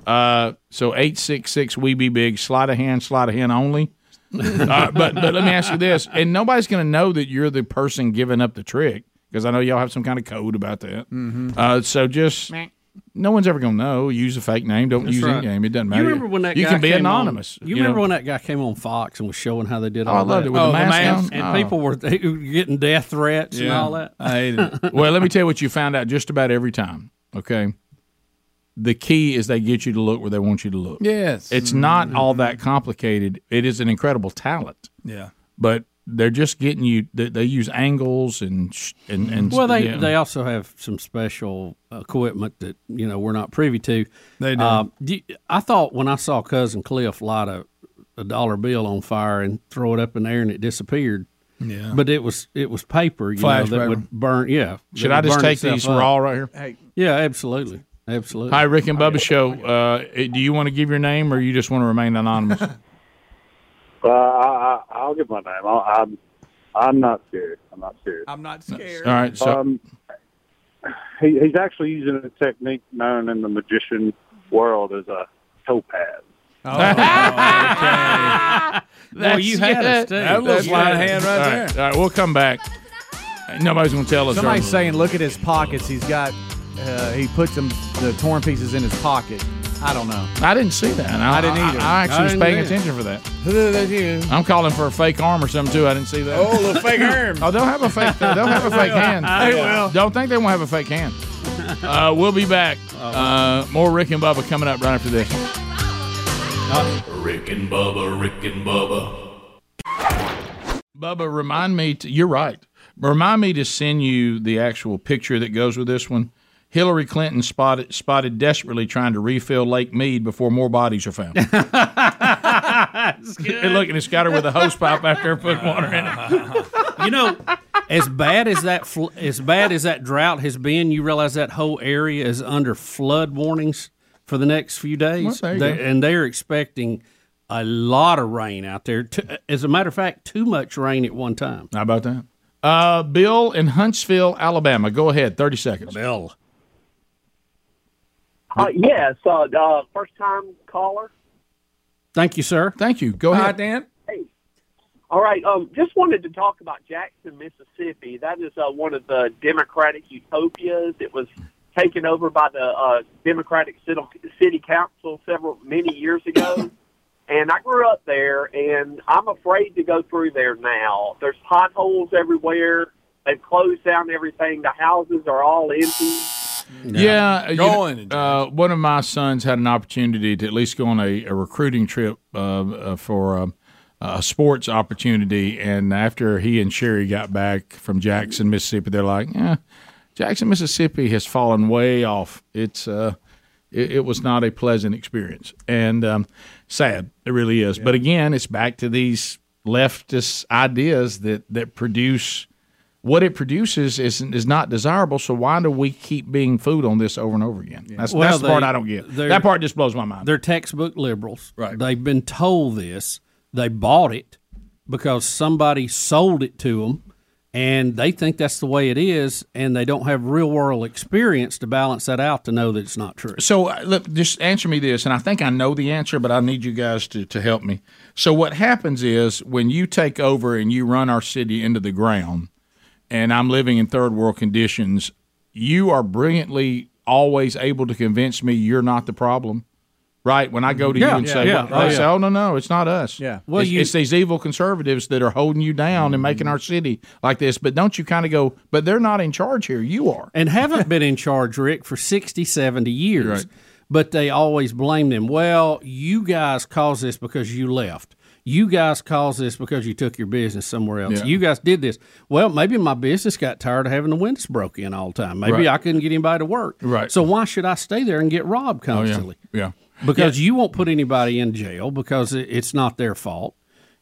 A: Uh, so eight six six we be big sleight of hand sleight of hand only. Uh, but but let me ask you this, and nobody's going to know that you're the person giving up the trick because I know y'all have some kind of code about that.
B: Mhm.
A: Uh, so just no one's ever going to know. Use a fake name. Don't
B: That's
A: use
B: right.
A: any name. It doesn't matter.
B: You remember when that
A: you
B: guy
A: can be
B: came
A: anonymous.
B: On, you, remember
A: know?
B: when that guy came on Fox and was showing how they did
A: Oh,
B: all
A: I loved
B: that?
A: it with the mask on.
B: and
A: Oh.
B: people were they were getting death threats and all that.
A: I hate it. well, let me tell you what you found out just about every time. Okay. The key is they get you to look where they want you to look.
E: Yes.
A: It's not all that complicated. It is an incredible talent,
E: Yeah.
A: but they're just getting you. They, they use angles and sh- and and
B: well, they
A: yeah.
B: they also have some special equipment that you know we're not privy to.
E: They do.
B: Uh, do you- I thought when I saw cousin Cliff light a, a dollar bill on fire and throw it up in the air and it disappeared.
E: Yeah.
B: but it was it was paper. You
A: Flash
B: know, that
A: paper.
B: would burn. Yeah. that
A: Should I
B: would
A: just
B: burn
A: take
B: itself
A: these
B: up.
A: raw right here?
B: Yeah, absolutely, absolutely.
A: Hi, Rick and
E: Oh,
A: Bubba show. Uh, do you want to give your name or you just want to remain anonymous?
L: Uh, I, I, I'll give my name. I, I'm, I'm not serious. I'm not serious.
E: I'm not scared.
A: All right, so-
L: Um, he, he's actually using a technique known in the magician world as a topaz.
A: That's
B: you had
A: it.
B: us, too. That
A: That's
B: little
A: it.
B: sleight of hand right
A: All right, All right, we'll come back. Nobody's going to tell us. are
F: Somebody's
A: they?
F: saying, look at his pockets. He's got, uh, he puts them, the torn pieces in his pocket. I don't know.
A: I didn't see that. I,
F: I didn't either.
A: I, I actually
F: I
A: was
F: didn't
A: paying
F: either.
A: attention for that. I'm calling for a fake arm or something too. I didn't see that.
E: Oh, a little fake arm.
A: oh, they'll have a fake. They'll have a fake hand.
E: They will.
A: Don't think they won't have a fake hand. Uh, we'll be back.
E: Oh,
A: Uh, more Rick and Bubba coming up right after this.
C: Rick and Bubba, Rick and Bubba.
A: Bubba, remind me. To, you're right. Remind me to send you the actual picture that goes with this one. Hillary Clinton spotted spotted desperately trying to refill Lake Mead before more bodies are found. Look, and it's got her with a hose pipe out there putting water in it.
B: you know, as bad as that fl- as bad as that drought has been, you realize that whole area is under flood warnings for the next few days,
A: Well, there you
B: They-
A: go.
B: and they're expecting a lot of rain out there. T- As a matter of fact, too much rain at one time.
A: How about that? Uh, Bill in Huntsville, Alabama. Go ahead, thirty seconds.
B: Bill.
R: Uh, yes, uh, uh, first time caller.
B: Thank you, sir.
A: Thank you. Go ahead,
R: Dan. Hey. All right. Um, just wanted to talk about Jackson, Mississippi. That is uh, one of the Democratic utopias. It was taken over by the uh, Democratic city, city council several many years ago. and I grew up there, and I'm afraid to go through there now. There's potholes everywhere. They've closed down everything. The houses are all empty.
A: Yeah, you
R: Going
A: know, uh, one of my sons had an opportunity to at least go on a, a recruiting trip uh, uh, for um, a sports opportunity, and after he and Sherry got back from Jackson, Mississippi, they're like, "Yeah, Jackson, Mississippi has fallen way off. It's uh, it, it was not a pleasant experience, and um, sad. It really is. But again, it's back to these leftist ideas that that produce what it produces is is not desirable. So why do we keep being food on this over and over again? That's,
B: Well,
A: that's the part
B: they-
A: I don't get.
B: they're-
A: That part just blows my mind.
B: They're textbook liberals. Right. They've been told this. They bought it because somebody sold it to them, and they think that's the way it is, and they don't have real world experience to balance that out to know that it's not true.
A: So uh, look, just answer me this, and I think I know the answer, but I need you guys to, to help me. So what happens is when you take over and you run our city into the ground, and I'm living in third world conditions, you are brilliantly always able to convince me you're not the problem. Right when I go to you
B: Yeah,
A: and
B: yeah,
A: say,
B: yeah.
A: well, I
B: Oh,
A: say,
B: yeah.
A: "Oh no, no, it's not us.
B: Yeah.
A: well,
B: Well,
A: it's,
B: you-
A: it's these evil conservatives that are holding you down and making our city like this." But don't you kind of go, "But they're not in charge here. You are."
B: and haven't been in charge, Rick, for 60, 70 years. But they always blame them. Well, you guys caused this because you left. You guys caused this because you took your business somewhere else.
A: Yeah.
B: You guys did this. Well, maybe my business got tired of having the windows broke in all the time. Maybe
A: Right.
B: I couldn't get anybody to work.
A: Right.
B: So why should I stay there and get robbed
A: Oh, yeah.
B: constantly?
A: yeah.
B: Because you won't put anybody in jail because it- it's not their fault.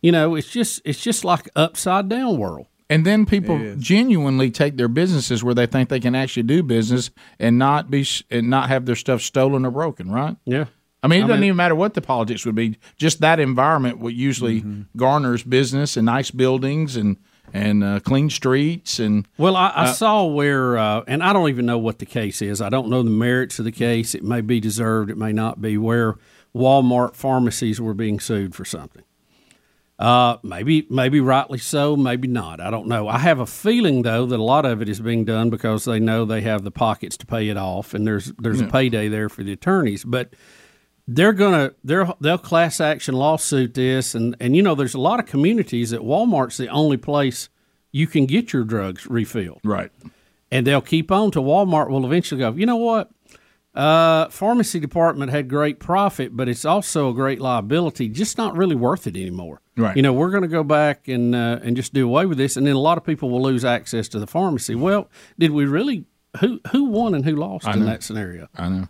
B: You know, it's just it's just like upside down world.
A: And then people genuinely take their businesses where they think they can actually do business and not be and not have their stuff stolen or broken, right?
B: Yeah.
A: I mean, it
B: I
A: doesn't
B: mean-
A: even matter what the politics would be. Just that environment what usually
B: Mm-hmm.
A: garners business and nice buildings and and uh, clean streets and
B: Well, I, I
A: Uh,
B: saw where, uh, and I don't even know what the case is. I don't know the merits of the case. It may be deserved, it may not be. Where Walmart pharmacies were being sued for something. Uh, maybe, maybe rightly so, maybe not. I don't know. I have a feeling though that a lot of it is being done because they know they have the pockets to pay it off, and there's there's
A: Yeah.
B: a payday there for the attorneys. But they're gonna they're they'll class action lawsuit this, and and you know there's a lot of communities that Walmart's the only place you can get your drugs refilled.
A: Right.
B: And they'll keep on till Walmart will eventually go. You know what? Uh, pharmacy department had great profit, but it's also a great liability. Just not really worth it anymore.
A: Right.
B: You know, we're going to go back and uh, and just do away with this, and then a lot of people will lose access to the pharmacy. Well, did we really? Who who won and who lost
A: I
B: in
A: know.
B: that scenario?
A: I know.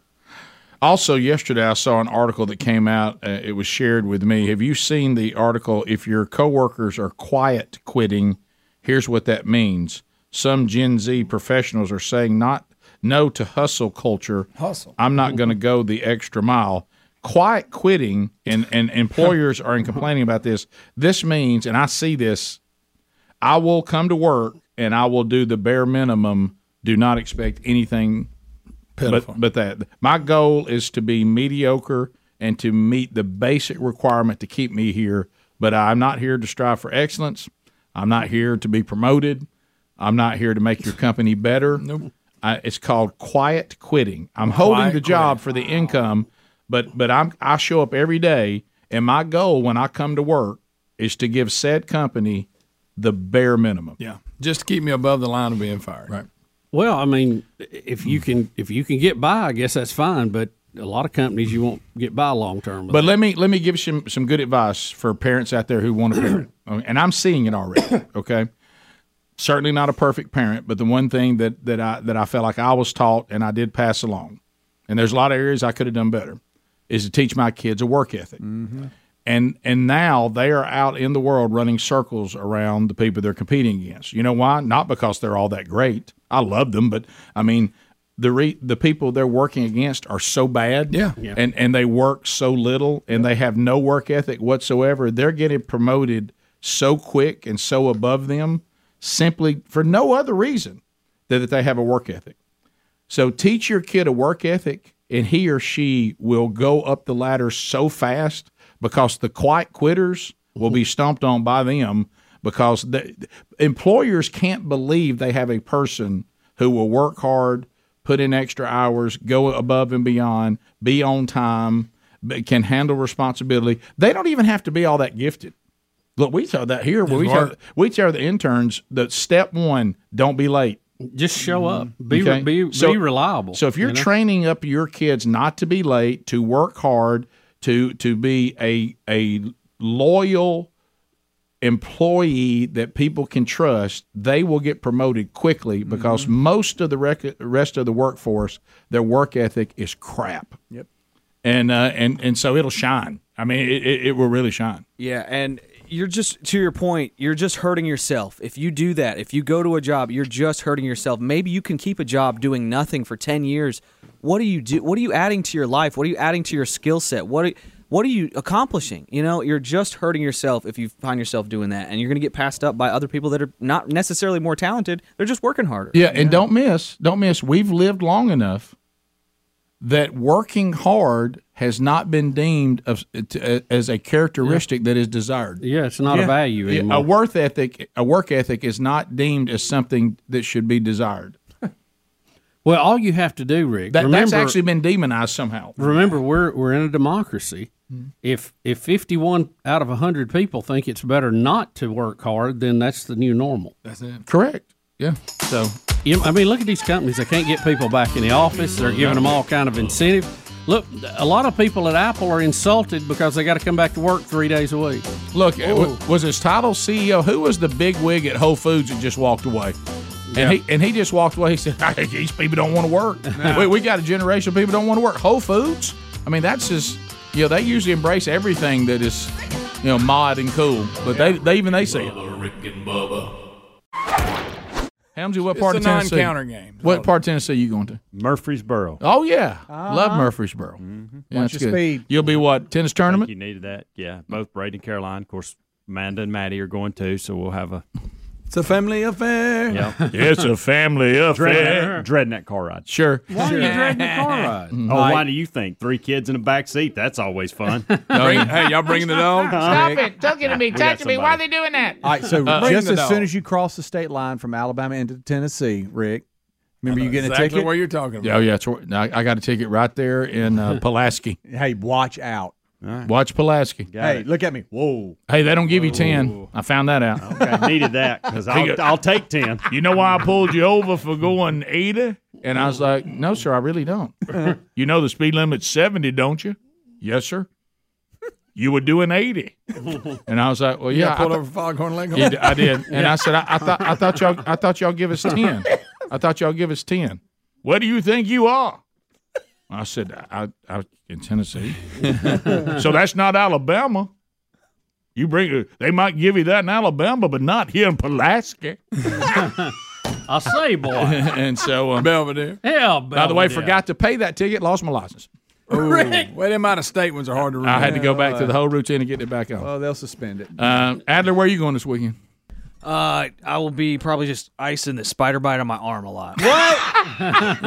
A: Also, yesterday I saw an article that came out. Uh, it was shared with me. Have you seen the article? If your coworkers are quiet quitting, here's what that means. Some Gen Z professionals are saying not no to hustle culture. Hustle. I'm not going to go the extra mile. Quiet quitting, and, and employers are in complaining about this. This means, and I see this I will come to work and I will do the bare minimum. Do not expect anything but,
E: Pitiful.
A: but that. My goal is to be mediocre and to meet the basic requirement to keep me here. But I'm not here to strive for excellence. I'm not here to be promoted. I'm not here to make your company better. Nope. I, it's called quiet quitting. I'm holding
E: Quiet
A: the job for the income, but but I'm I show up every day, and my goal when I come to work is to give said company the bare minimum.
E: Yeah. Just to keep me above the line of being fired. Right.
B: Well, I mean, if you can if you can get by, I guess that's fine. But a lot of companies you won't get by long term.
A: But let me let me give some some good advice for parents out there who want to parent, Okay, and I'm seeing it already. Okay, certainly not a perfect parent, but the one thing that that I that I felt like I was taught and I did pass along, and there's a lot of areas I could have done better, is to teach my kids a work ethic. And and now they are out in the world running circles around the people they're competing against. You know why? Not because they're all that great. I love them, but I mean the re- the people they're working against are so bad.
E: Yeah. Yeah.
A: And and they work so little and they have no work ethic whatsoever. They're getting promoted so quick and so above them simply for no other reason than that they have a work ethic. So teach your kid a work ethic, and he or she will go up the ladder so fast because the quiet quitters will be stomped on by them because the, employers can't believe they have a person who will work hard, put in extra hours, go above and beyond, be on time, b- can handle responsibility. They don't even have to be all that gifted. Look, we saw that here. We tell,
B: Mark.
A: we tell the interns that step one, don't be late.
B: Just show up. Be re- be- be reliable,
A: So if you're
B: you know?
A: training up your kids not to be late, to work hard, to to be a a loyal employee that people can trust, they will get promoted
B: Mm-hmm.
A: quickly because most of the rec- rest of the workforce, their work ethic is crap.
E: Yep.
A: And uh, and and so it'll shine. I mean, it, it, it will really shine.
G: Yeah, and you're just to your point, you're just hurting yourself. If you do that, if you go to a job, you're just hurting yourself. Maybe you can keep a job doing nothing for 10 years. What do you do? What are you adding to your life? What are you adding to your skill set? What are, what are you accomplishing? You know, you're just hurting yourself if you find yourself doing that and you're going to get passed up by other people that are not necessarily more talented. They're just working harder.
A: Yeah, and don't miss, don't miss. We've lived long enough that working hard has not been deemed of, to, as a characteristic that is desired.
B: Yeah, it's not a value
A: Yeah,
B: anymore.
A: A worth ethic, a work ethic, is not deemed as something that should be desired.
B: well, all you have to do, Rick.
A: That, that's
B: remember-
A: actually been demonized somehow.
B: Remember, we're we're in a democracy.
E: Hmm.
B: If if fifty one out of hundred people think it's better not to work hard, then that's the new normal.
E: That's it.
A: Correct. Yeah. So,
B: you know, I mean, look at these companies. They can't get people back in the office. They're giving them all kind of incentive. Look, a lot of people at Apple are insulted because they got to come back to work three days a week.
A: Look, it wa- was his title CEO? E Who was the big wig at Whole Foods that just walked away? And he and he just walked away. He said, "These people don't want to work. We, we got a generation of people don't want to work. Whole Foods. I mean, that's just you know they usually embrace everything that is you know mod and cool, but they, they even they say it.
C: Rick and Bubba.
A: Helmsy, what
C: It's
A: part
C: a
A: of Tennessee?
C: non-counter game.
A: What part of Tennessee you going to?
H: Murfreesboro.
A: Oh yeah, love
H: Uh-huh.
A: Murfreesboro. Yeah,
H: Watch
A: that's
H: your
A: good.
H: speed.
A: You'll be what tennis tournament?
H: You needed that. Yeah. Both Braden and Caroline. Of course, Amanda and Maddie are going too, so we'll have a
E: It's a family affair.
H: yeah.
E: It's a family affair.
H: Dreading, dreading that car ride.
A: Sure. Mm-hmm.
E: Why are you Sure. Mm-hmm. dreading the car ride?
H: Oh, why do you think? Three kids in a back seat. That's always fun.
E: Bring- hey, y'all bringing the dog?
H: Huh?
A: Talking to
H: me. We got Talk to me. Why
A: they doing that?
F: All right, so
H: Uh,
F: just
H: bring
F: as
H: the
F: soon
H: dog.
F: as you cross the state line from Alabama into Tennessee, Rick, remember you getting
E: exactly
F: a ticket?
E: what you're talking about.
A: Yeah, oh, yeah. It's, where- I, I got a ticket right there in uh, Pulaski.
F: Hey, watch out.
A: Watch Pulaski.
F: hey, look at me. Whoa.
A: Hey, they don't give you 10. I found that out.
H: I needed that because
A: He go-
H: I'll, I'll take 10.
A: You know why I pulled you over for going 80? And I was like, no, sir, I really don't. you know the speed limit's 70, don't you? Yes, sir. You were doing 80. And I was like, well,
E: You
A: yeah.
E: got pulled
A: I
E: over for Foghorn Leghorn.
A: Yeah, I did. And I said, I, I thought I thought y'all I thought y'all give us ten. I thought y'all give us ten. What do you think you are? I said, I, I, I in Tennessee. so that's not Alabama. You bring they might give you that in Alabama, but not here in Pulaski.
B: I say, boy.
A: and so um,
E: uh, Belvedere.
B: Hell,
A: By the way,
E: Belvedere.
A: forgot to pay that ticket. Lost my license.
E: Ooh. Well, them out of state ones are hard to remember.
A: I had to go back Um, to the whole routine and get it back on.
F: Oh, they'll suspend it.
A: Uh, Adler, where are you going this weekend?
G: Uh, I will be probably just icing the spider bite on my arm a lot.
A: What?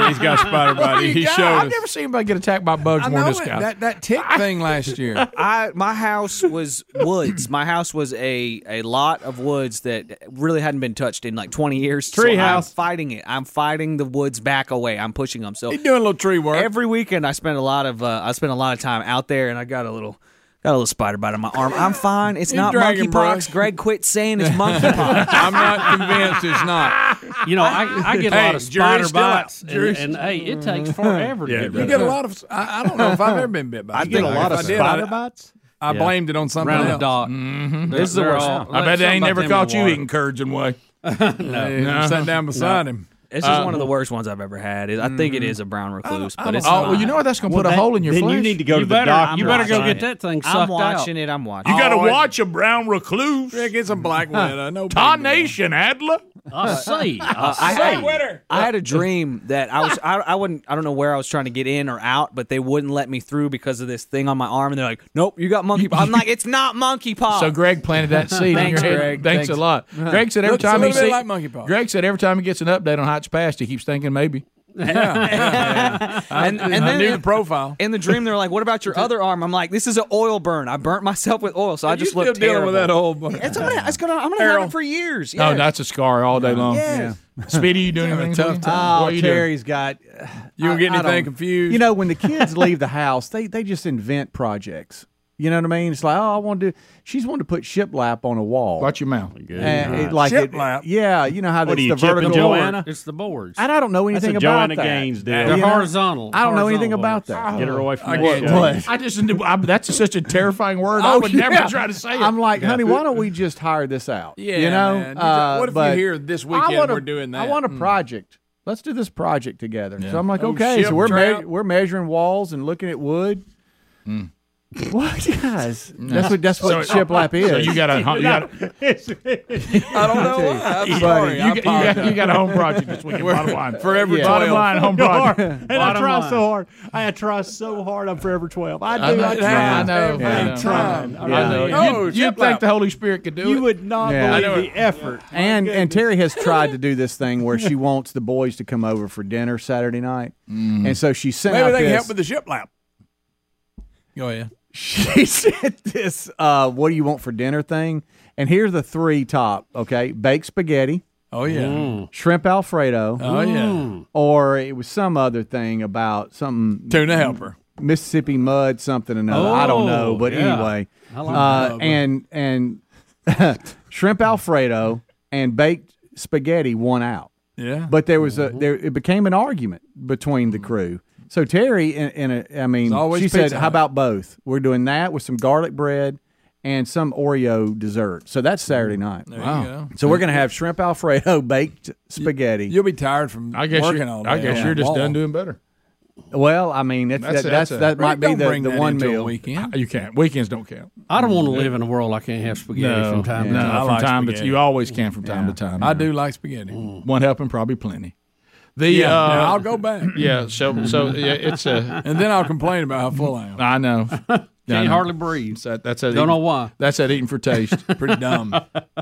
G: He's got
A: What
G: spider
A: do
G: bite.
A: you
G: He
A: got?
G: showed
A: I've
G: us.
A: never seen anybody get attacked by bugs
G: I
A: more
G: know
A: than
G: it.
A: this guy.
G: That-
E: that tick thing last year.
G: I my house was woods. My house was a a lot of woods that really hadn't been touched in like twenty years. So I'm
A: Treehouse.
G: fighting it. I'm fighting the woods back away. I'm pushing them. So
A: He doing a little tree work
G: every weekend. I spent a lot of uh, I spent a lot of time out there, and I got a little got a little spider bite on my arm. I'm fine. It's
A: You
G: not
A: dragging
G: monkeypox.
A: brush.
G: Greg, quit saying it's monkeypox.
A: I'm not convinced it's not.
B: You know, I, I get a
A: Hey,
B: lot of spider
A: jury's still out.
B: bites, and,
A: Jury's-
B: and hey, it takes forever to
A: Yeah,
B: get
A: it
B: rid
E: You get a
B: of
E: lot of. I, I don't know if I've ever been bit by. a
A: I get a
E: spider.
A: lot
E: If
A: of
E: I did,
A: spider
E: I-
A: bites? I
E: Yeah.
A: blamed it on something
E: Round the
A: else.
E: dot.
A: Mhm.
E: This is the
A: They're
E: worst.
A: all-
E: Something
A: I bet they ain't
E: about
A: never
E: them in
A: caught
E: the
A: you
E: water.
A: eating curds way.
G: no,
A: You sat down beside
G: No.
A: him.
G: It's just
A: Uh,
G: one of the worst ones I've ever had. It- I think it is a brown recluse, but it's
A: oh, well,
G: not.
A: you know what? That's going to put a hole in your flesh.
G: I'm watching it. I'm watching it. I'm watching.
A: You got to
G: Oh, it-
A: watch a brown recluse. Yeah,
E: get some black
G: widow,
E: No
A: Tarnation, Adler.
B: I see.
G: Uh, I, had, I had a dream that I was I, I wouldn't I don't know where I was trying to get in or out, but they wouldn't let me through because of this thing on my arm, and they're like, "Nope, you got monkeypox." I'm like, "It's not monkeypox."
A: So Greg planted that seed in
G: Thanks,
A: your head.
G: Greg.
A: Thanks, a lot. Greg said every
G: Looks a
A: time he
G: little bit
A: sees
G: like
E: monkeypox.
A: Greg said every time he gets an update on Hotch Past, he keeps thinking maybe. I-
G: and,
A: I
G: and then
A: knew the profile.
G: In the dream, they're like, "What about your other arm?" I'm like, "This is an oil burn. I burnt myself with oil, so I just
A: still
G: look
A: dealing
G: terrible."
A: with that old burn.
G: It's, I'm gonna, it's gonna, I'm gonna have it for years.
A: No,
G: yeah.
A: Oh, that's a scar all day long.
G: Yes.
A: Speedy, you doing
F: Having a
A: anything?
F: tough
A: today?
F: time.
A: What
F: Oh,
A: you doing?
F: Terry's got.
A: You
F: I-
A: don't get
F: I
A: anything
F: don't-
A: confused?
F: You know, when the kids leave the house, they they just invent projects. You know what I mean? It's like, oh, I want to do. She's wanting to put shiplap on a wall.
A: Watch your mouth.
F: And it, like it-
B: Shiplap?
F: yeah, you know how
B: What
F: that's
B: are you,
F: the vertical
B: Chip and
F: board.
B: Joanna? It's the boards.
F: And I don't know
B: That's a
F: anything
B: Joanna
F: about that.
B: Gaines deal.
F: You
B: They're
F: know?
B: horizontal.
F: I don't know anything
B: Horizontal
F: about
B: boards.
F: that.
B: Get her away from
A: I
B: that
A: get-
B: shit.
A: What? I just I, that's such a terrifying word. I would never try to say it.
F: Oh, I'm like,
A: Yeah.
F: honey, why don't we just hire this out?
A: Yeah,
F: you know. Uh,
A: man. You just- what if you
F: but
A: hear this
F: I
A: weekend
F: want a-
A: we're doing
F: I
A: that?
F: want a
A: Mm.
F: project. Let's do this project together.
A: Yeah.
F: So I'm like,
A: Oh,
F: okay,
A: ship
F: so we're
A: trout.
F: me- we're measuring walls and looking at wood.
A: Hmm.
F: What guys? That's what that's what
A: So-
F: shiplap is.
A: So you got a you got a-
E: I don't know why. I'm
A: You-
E: sorry.
A: You,
E: I
A: got- you got,
E: apologize.
A: you got a home project this weekend. Bottom line,
E: For every
A: yeah. bottom
E: 12.
A: line home
E: You
A: project.
E: are.
A: Bottom
E: And I try
A: line.
E: so
P: hard. I try so hard. I'm forever twelve.
A: I
P: I do.
A: know.
P: I, try.
A: Yeah, I know.
P: Every
A: I know.
P: time.
A: I know.
P: Yeah.
H: Oh,
A: You'd- you'd
P: Chip
A: think
P: Lap.
A: the Holy Spirit could do
P: You
A: it.
P: would not
F: Yeah. I know
P: believe
A: it.
P: the effort.
F: and and Terry has tried to do this thing where she wants the boys to come over for dinner Saturday night, and so she sent
E: Mm-hmm. Maybe
F: out
E: they can
F: this.
E: help with the shiplap. Oh yeah.
F: she sent this uh, what do you want for dinner thing and here's the three top okay baked spaghetti
E: oh yeah. Mm.
F: shrimp alfredo
E: Oh, yeah.
F: or it was some other thing about something
E: Tuna helper.
F: mississippi mud something or another uh, i don't know
E: Oh,
F: but
E: yeah.
F: anyway
E: I like
F: uh,
E: mud.
F: and and shrimp alfredo and baked spaghetti won out
E: Yeah. Mm-hmm.
F: but there was a there. It became an argument between the crew. So Terry and, and a, I mean,
E: It's always
F: she said,
E: Pizza
F: "How
E: Hut."
F: about both? We're doing that with some garlic bread and some Oreo dessert." So that's Saturday night.
E: Mm-hmm. There you Wow. go.
F: So we're gonna have shrimp alfredo, baked spaghetti.
E: You'll be tired from
F: I guess
E: working
F: you're-
E: all day.
F: I guess
E: on
F: you're
E: that
F: just
E: wall.
F: done doing better. well, I mean, it's, that, that's, that might be the, the one meal. Mm-hmm.
A: Weekend. You can't. Weekends don't count.
B: I don't want to live in a world I can't have spaghetti
A: No,
B: from time
A: no,
B: to time.
A: from time to you always can from time to time. Mm.
E: I do like spaghetti.
A: One helping, probably plenty. The
E: yeah,
A: uh,
E: yeah, I'll go back.
A: Yeah, so so yeah, it's a
E: and then I'll complain about how full I am.
A: I know.
E: Can't hardly
A: breathe. That, that's that
E: Don't
A: eating-
E: know why.
A: That's that eating for taste.
E: Pretty dumb.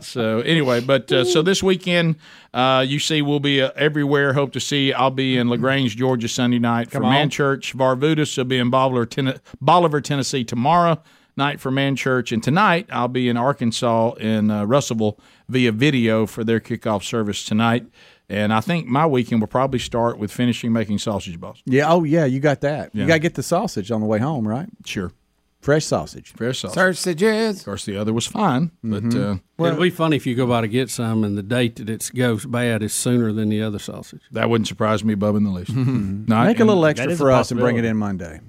A: So anyway, but uh, so this weekend, uh, you see, we'll be uh, everywhere. Hope to see. I'll be in Lagrange, Georgia, Sunday night for
E: Come on.
A: Man Church. Varvutus will be in Bolivar, Ten- Bolivar, Tennessee tomorrow night for Man Church, and tonight I'll be in Arkansas in uh, Russellville via video for their kickoff service tonight. And I think my weekend will probably start with finishing making sausage balls.
F: Yeah. Oh yeah, you got that.
A: Yeah.
F: You got to get the sausage on the way home, right?
A: Sure.
F: Fresh sausage.
A: Fresh sausage.
E: Sausages.
A: Of course, the other was fine,
B: Mm-hmm.
A: but uh,
B: It'd be funny if you go by to get some, and the date that it goes bad is sooner than the other sausage.
A: That wouldn't surprise me, Bubba, in the least. No,
F: Make a
A: and-
F: little extra for us and bring it in Monday.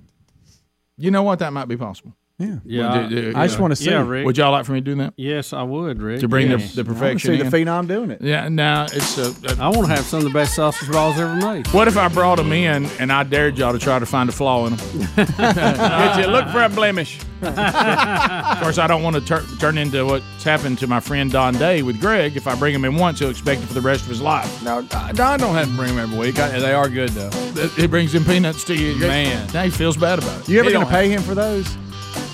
A: You know what? That might be possible.
F: Yeah.
B: Yeah,
A: Would you-
B: I- I just wanna see. Yeah, Rick.
A: Would y'all like for me to do that?
B: Yes, I would, Rick.
A: To bring the-
B: Yes.
A: the I wanna perfection see the in.
F: phenom doing it.
A: Yeah, now it's a.
B: I want to have some of the best sausage balls ever made.
A: What if I brought them in and I dared y'all to try to find a flaw in them? Get you- look for a blemish. of course, I don't want to tur- turn into what's happened to my friend Don Day with Greg. If I bring him in once, he'll expect it for the rest of his life.
E: No, Don don't have to bring them every week. I, they are good though.
A: He brings in peanuts to you,
E: Man.
A: Now he feels bad about it.
F: You ever
A: He
F: going to
A: don't have-
F: pay him for those?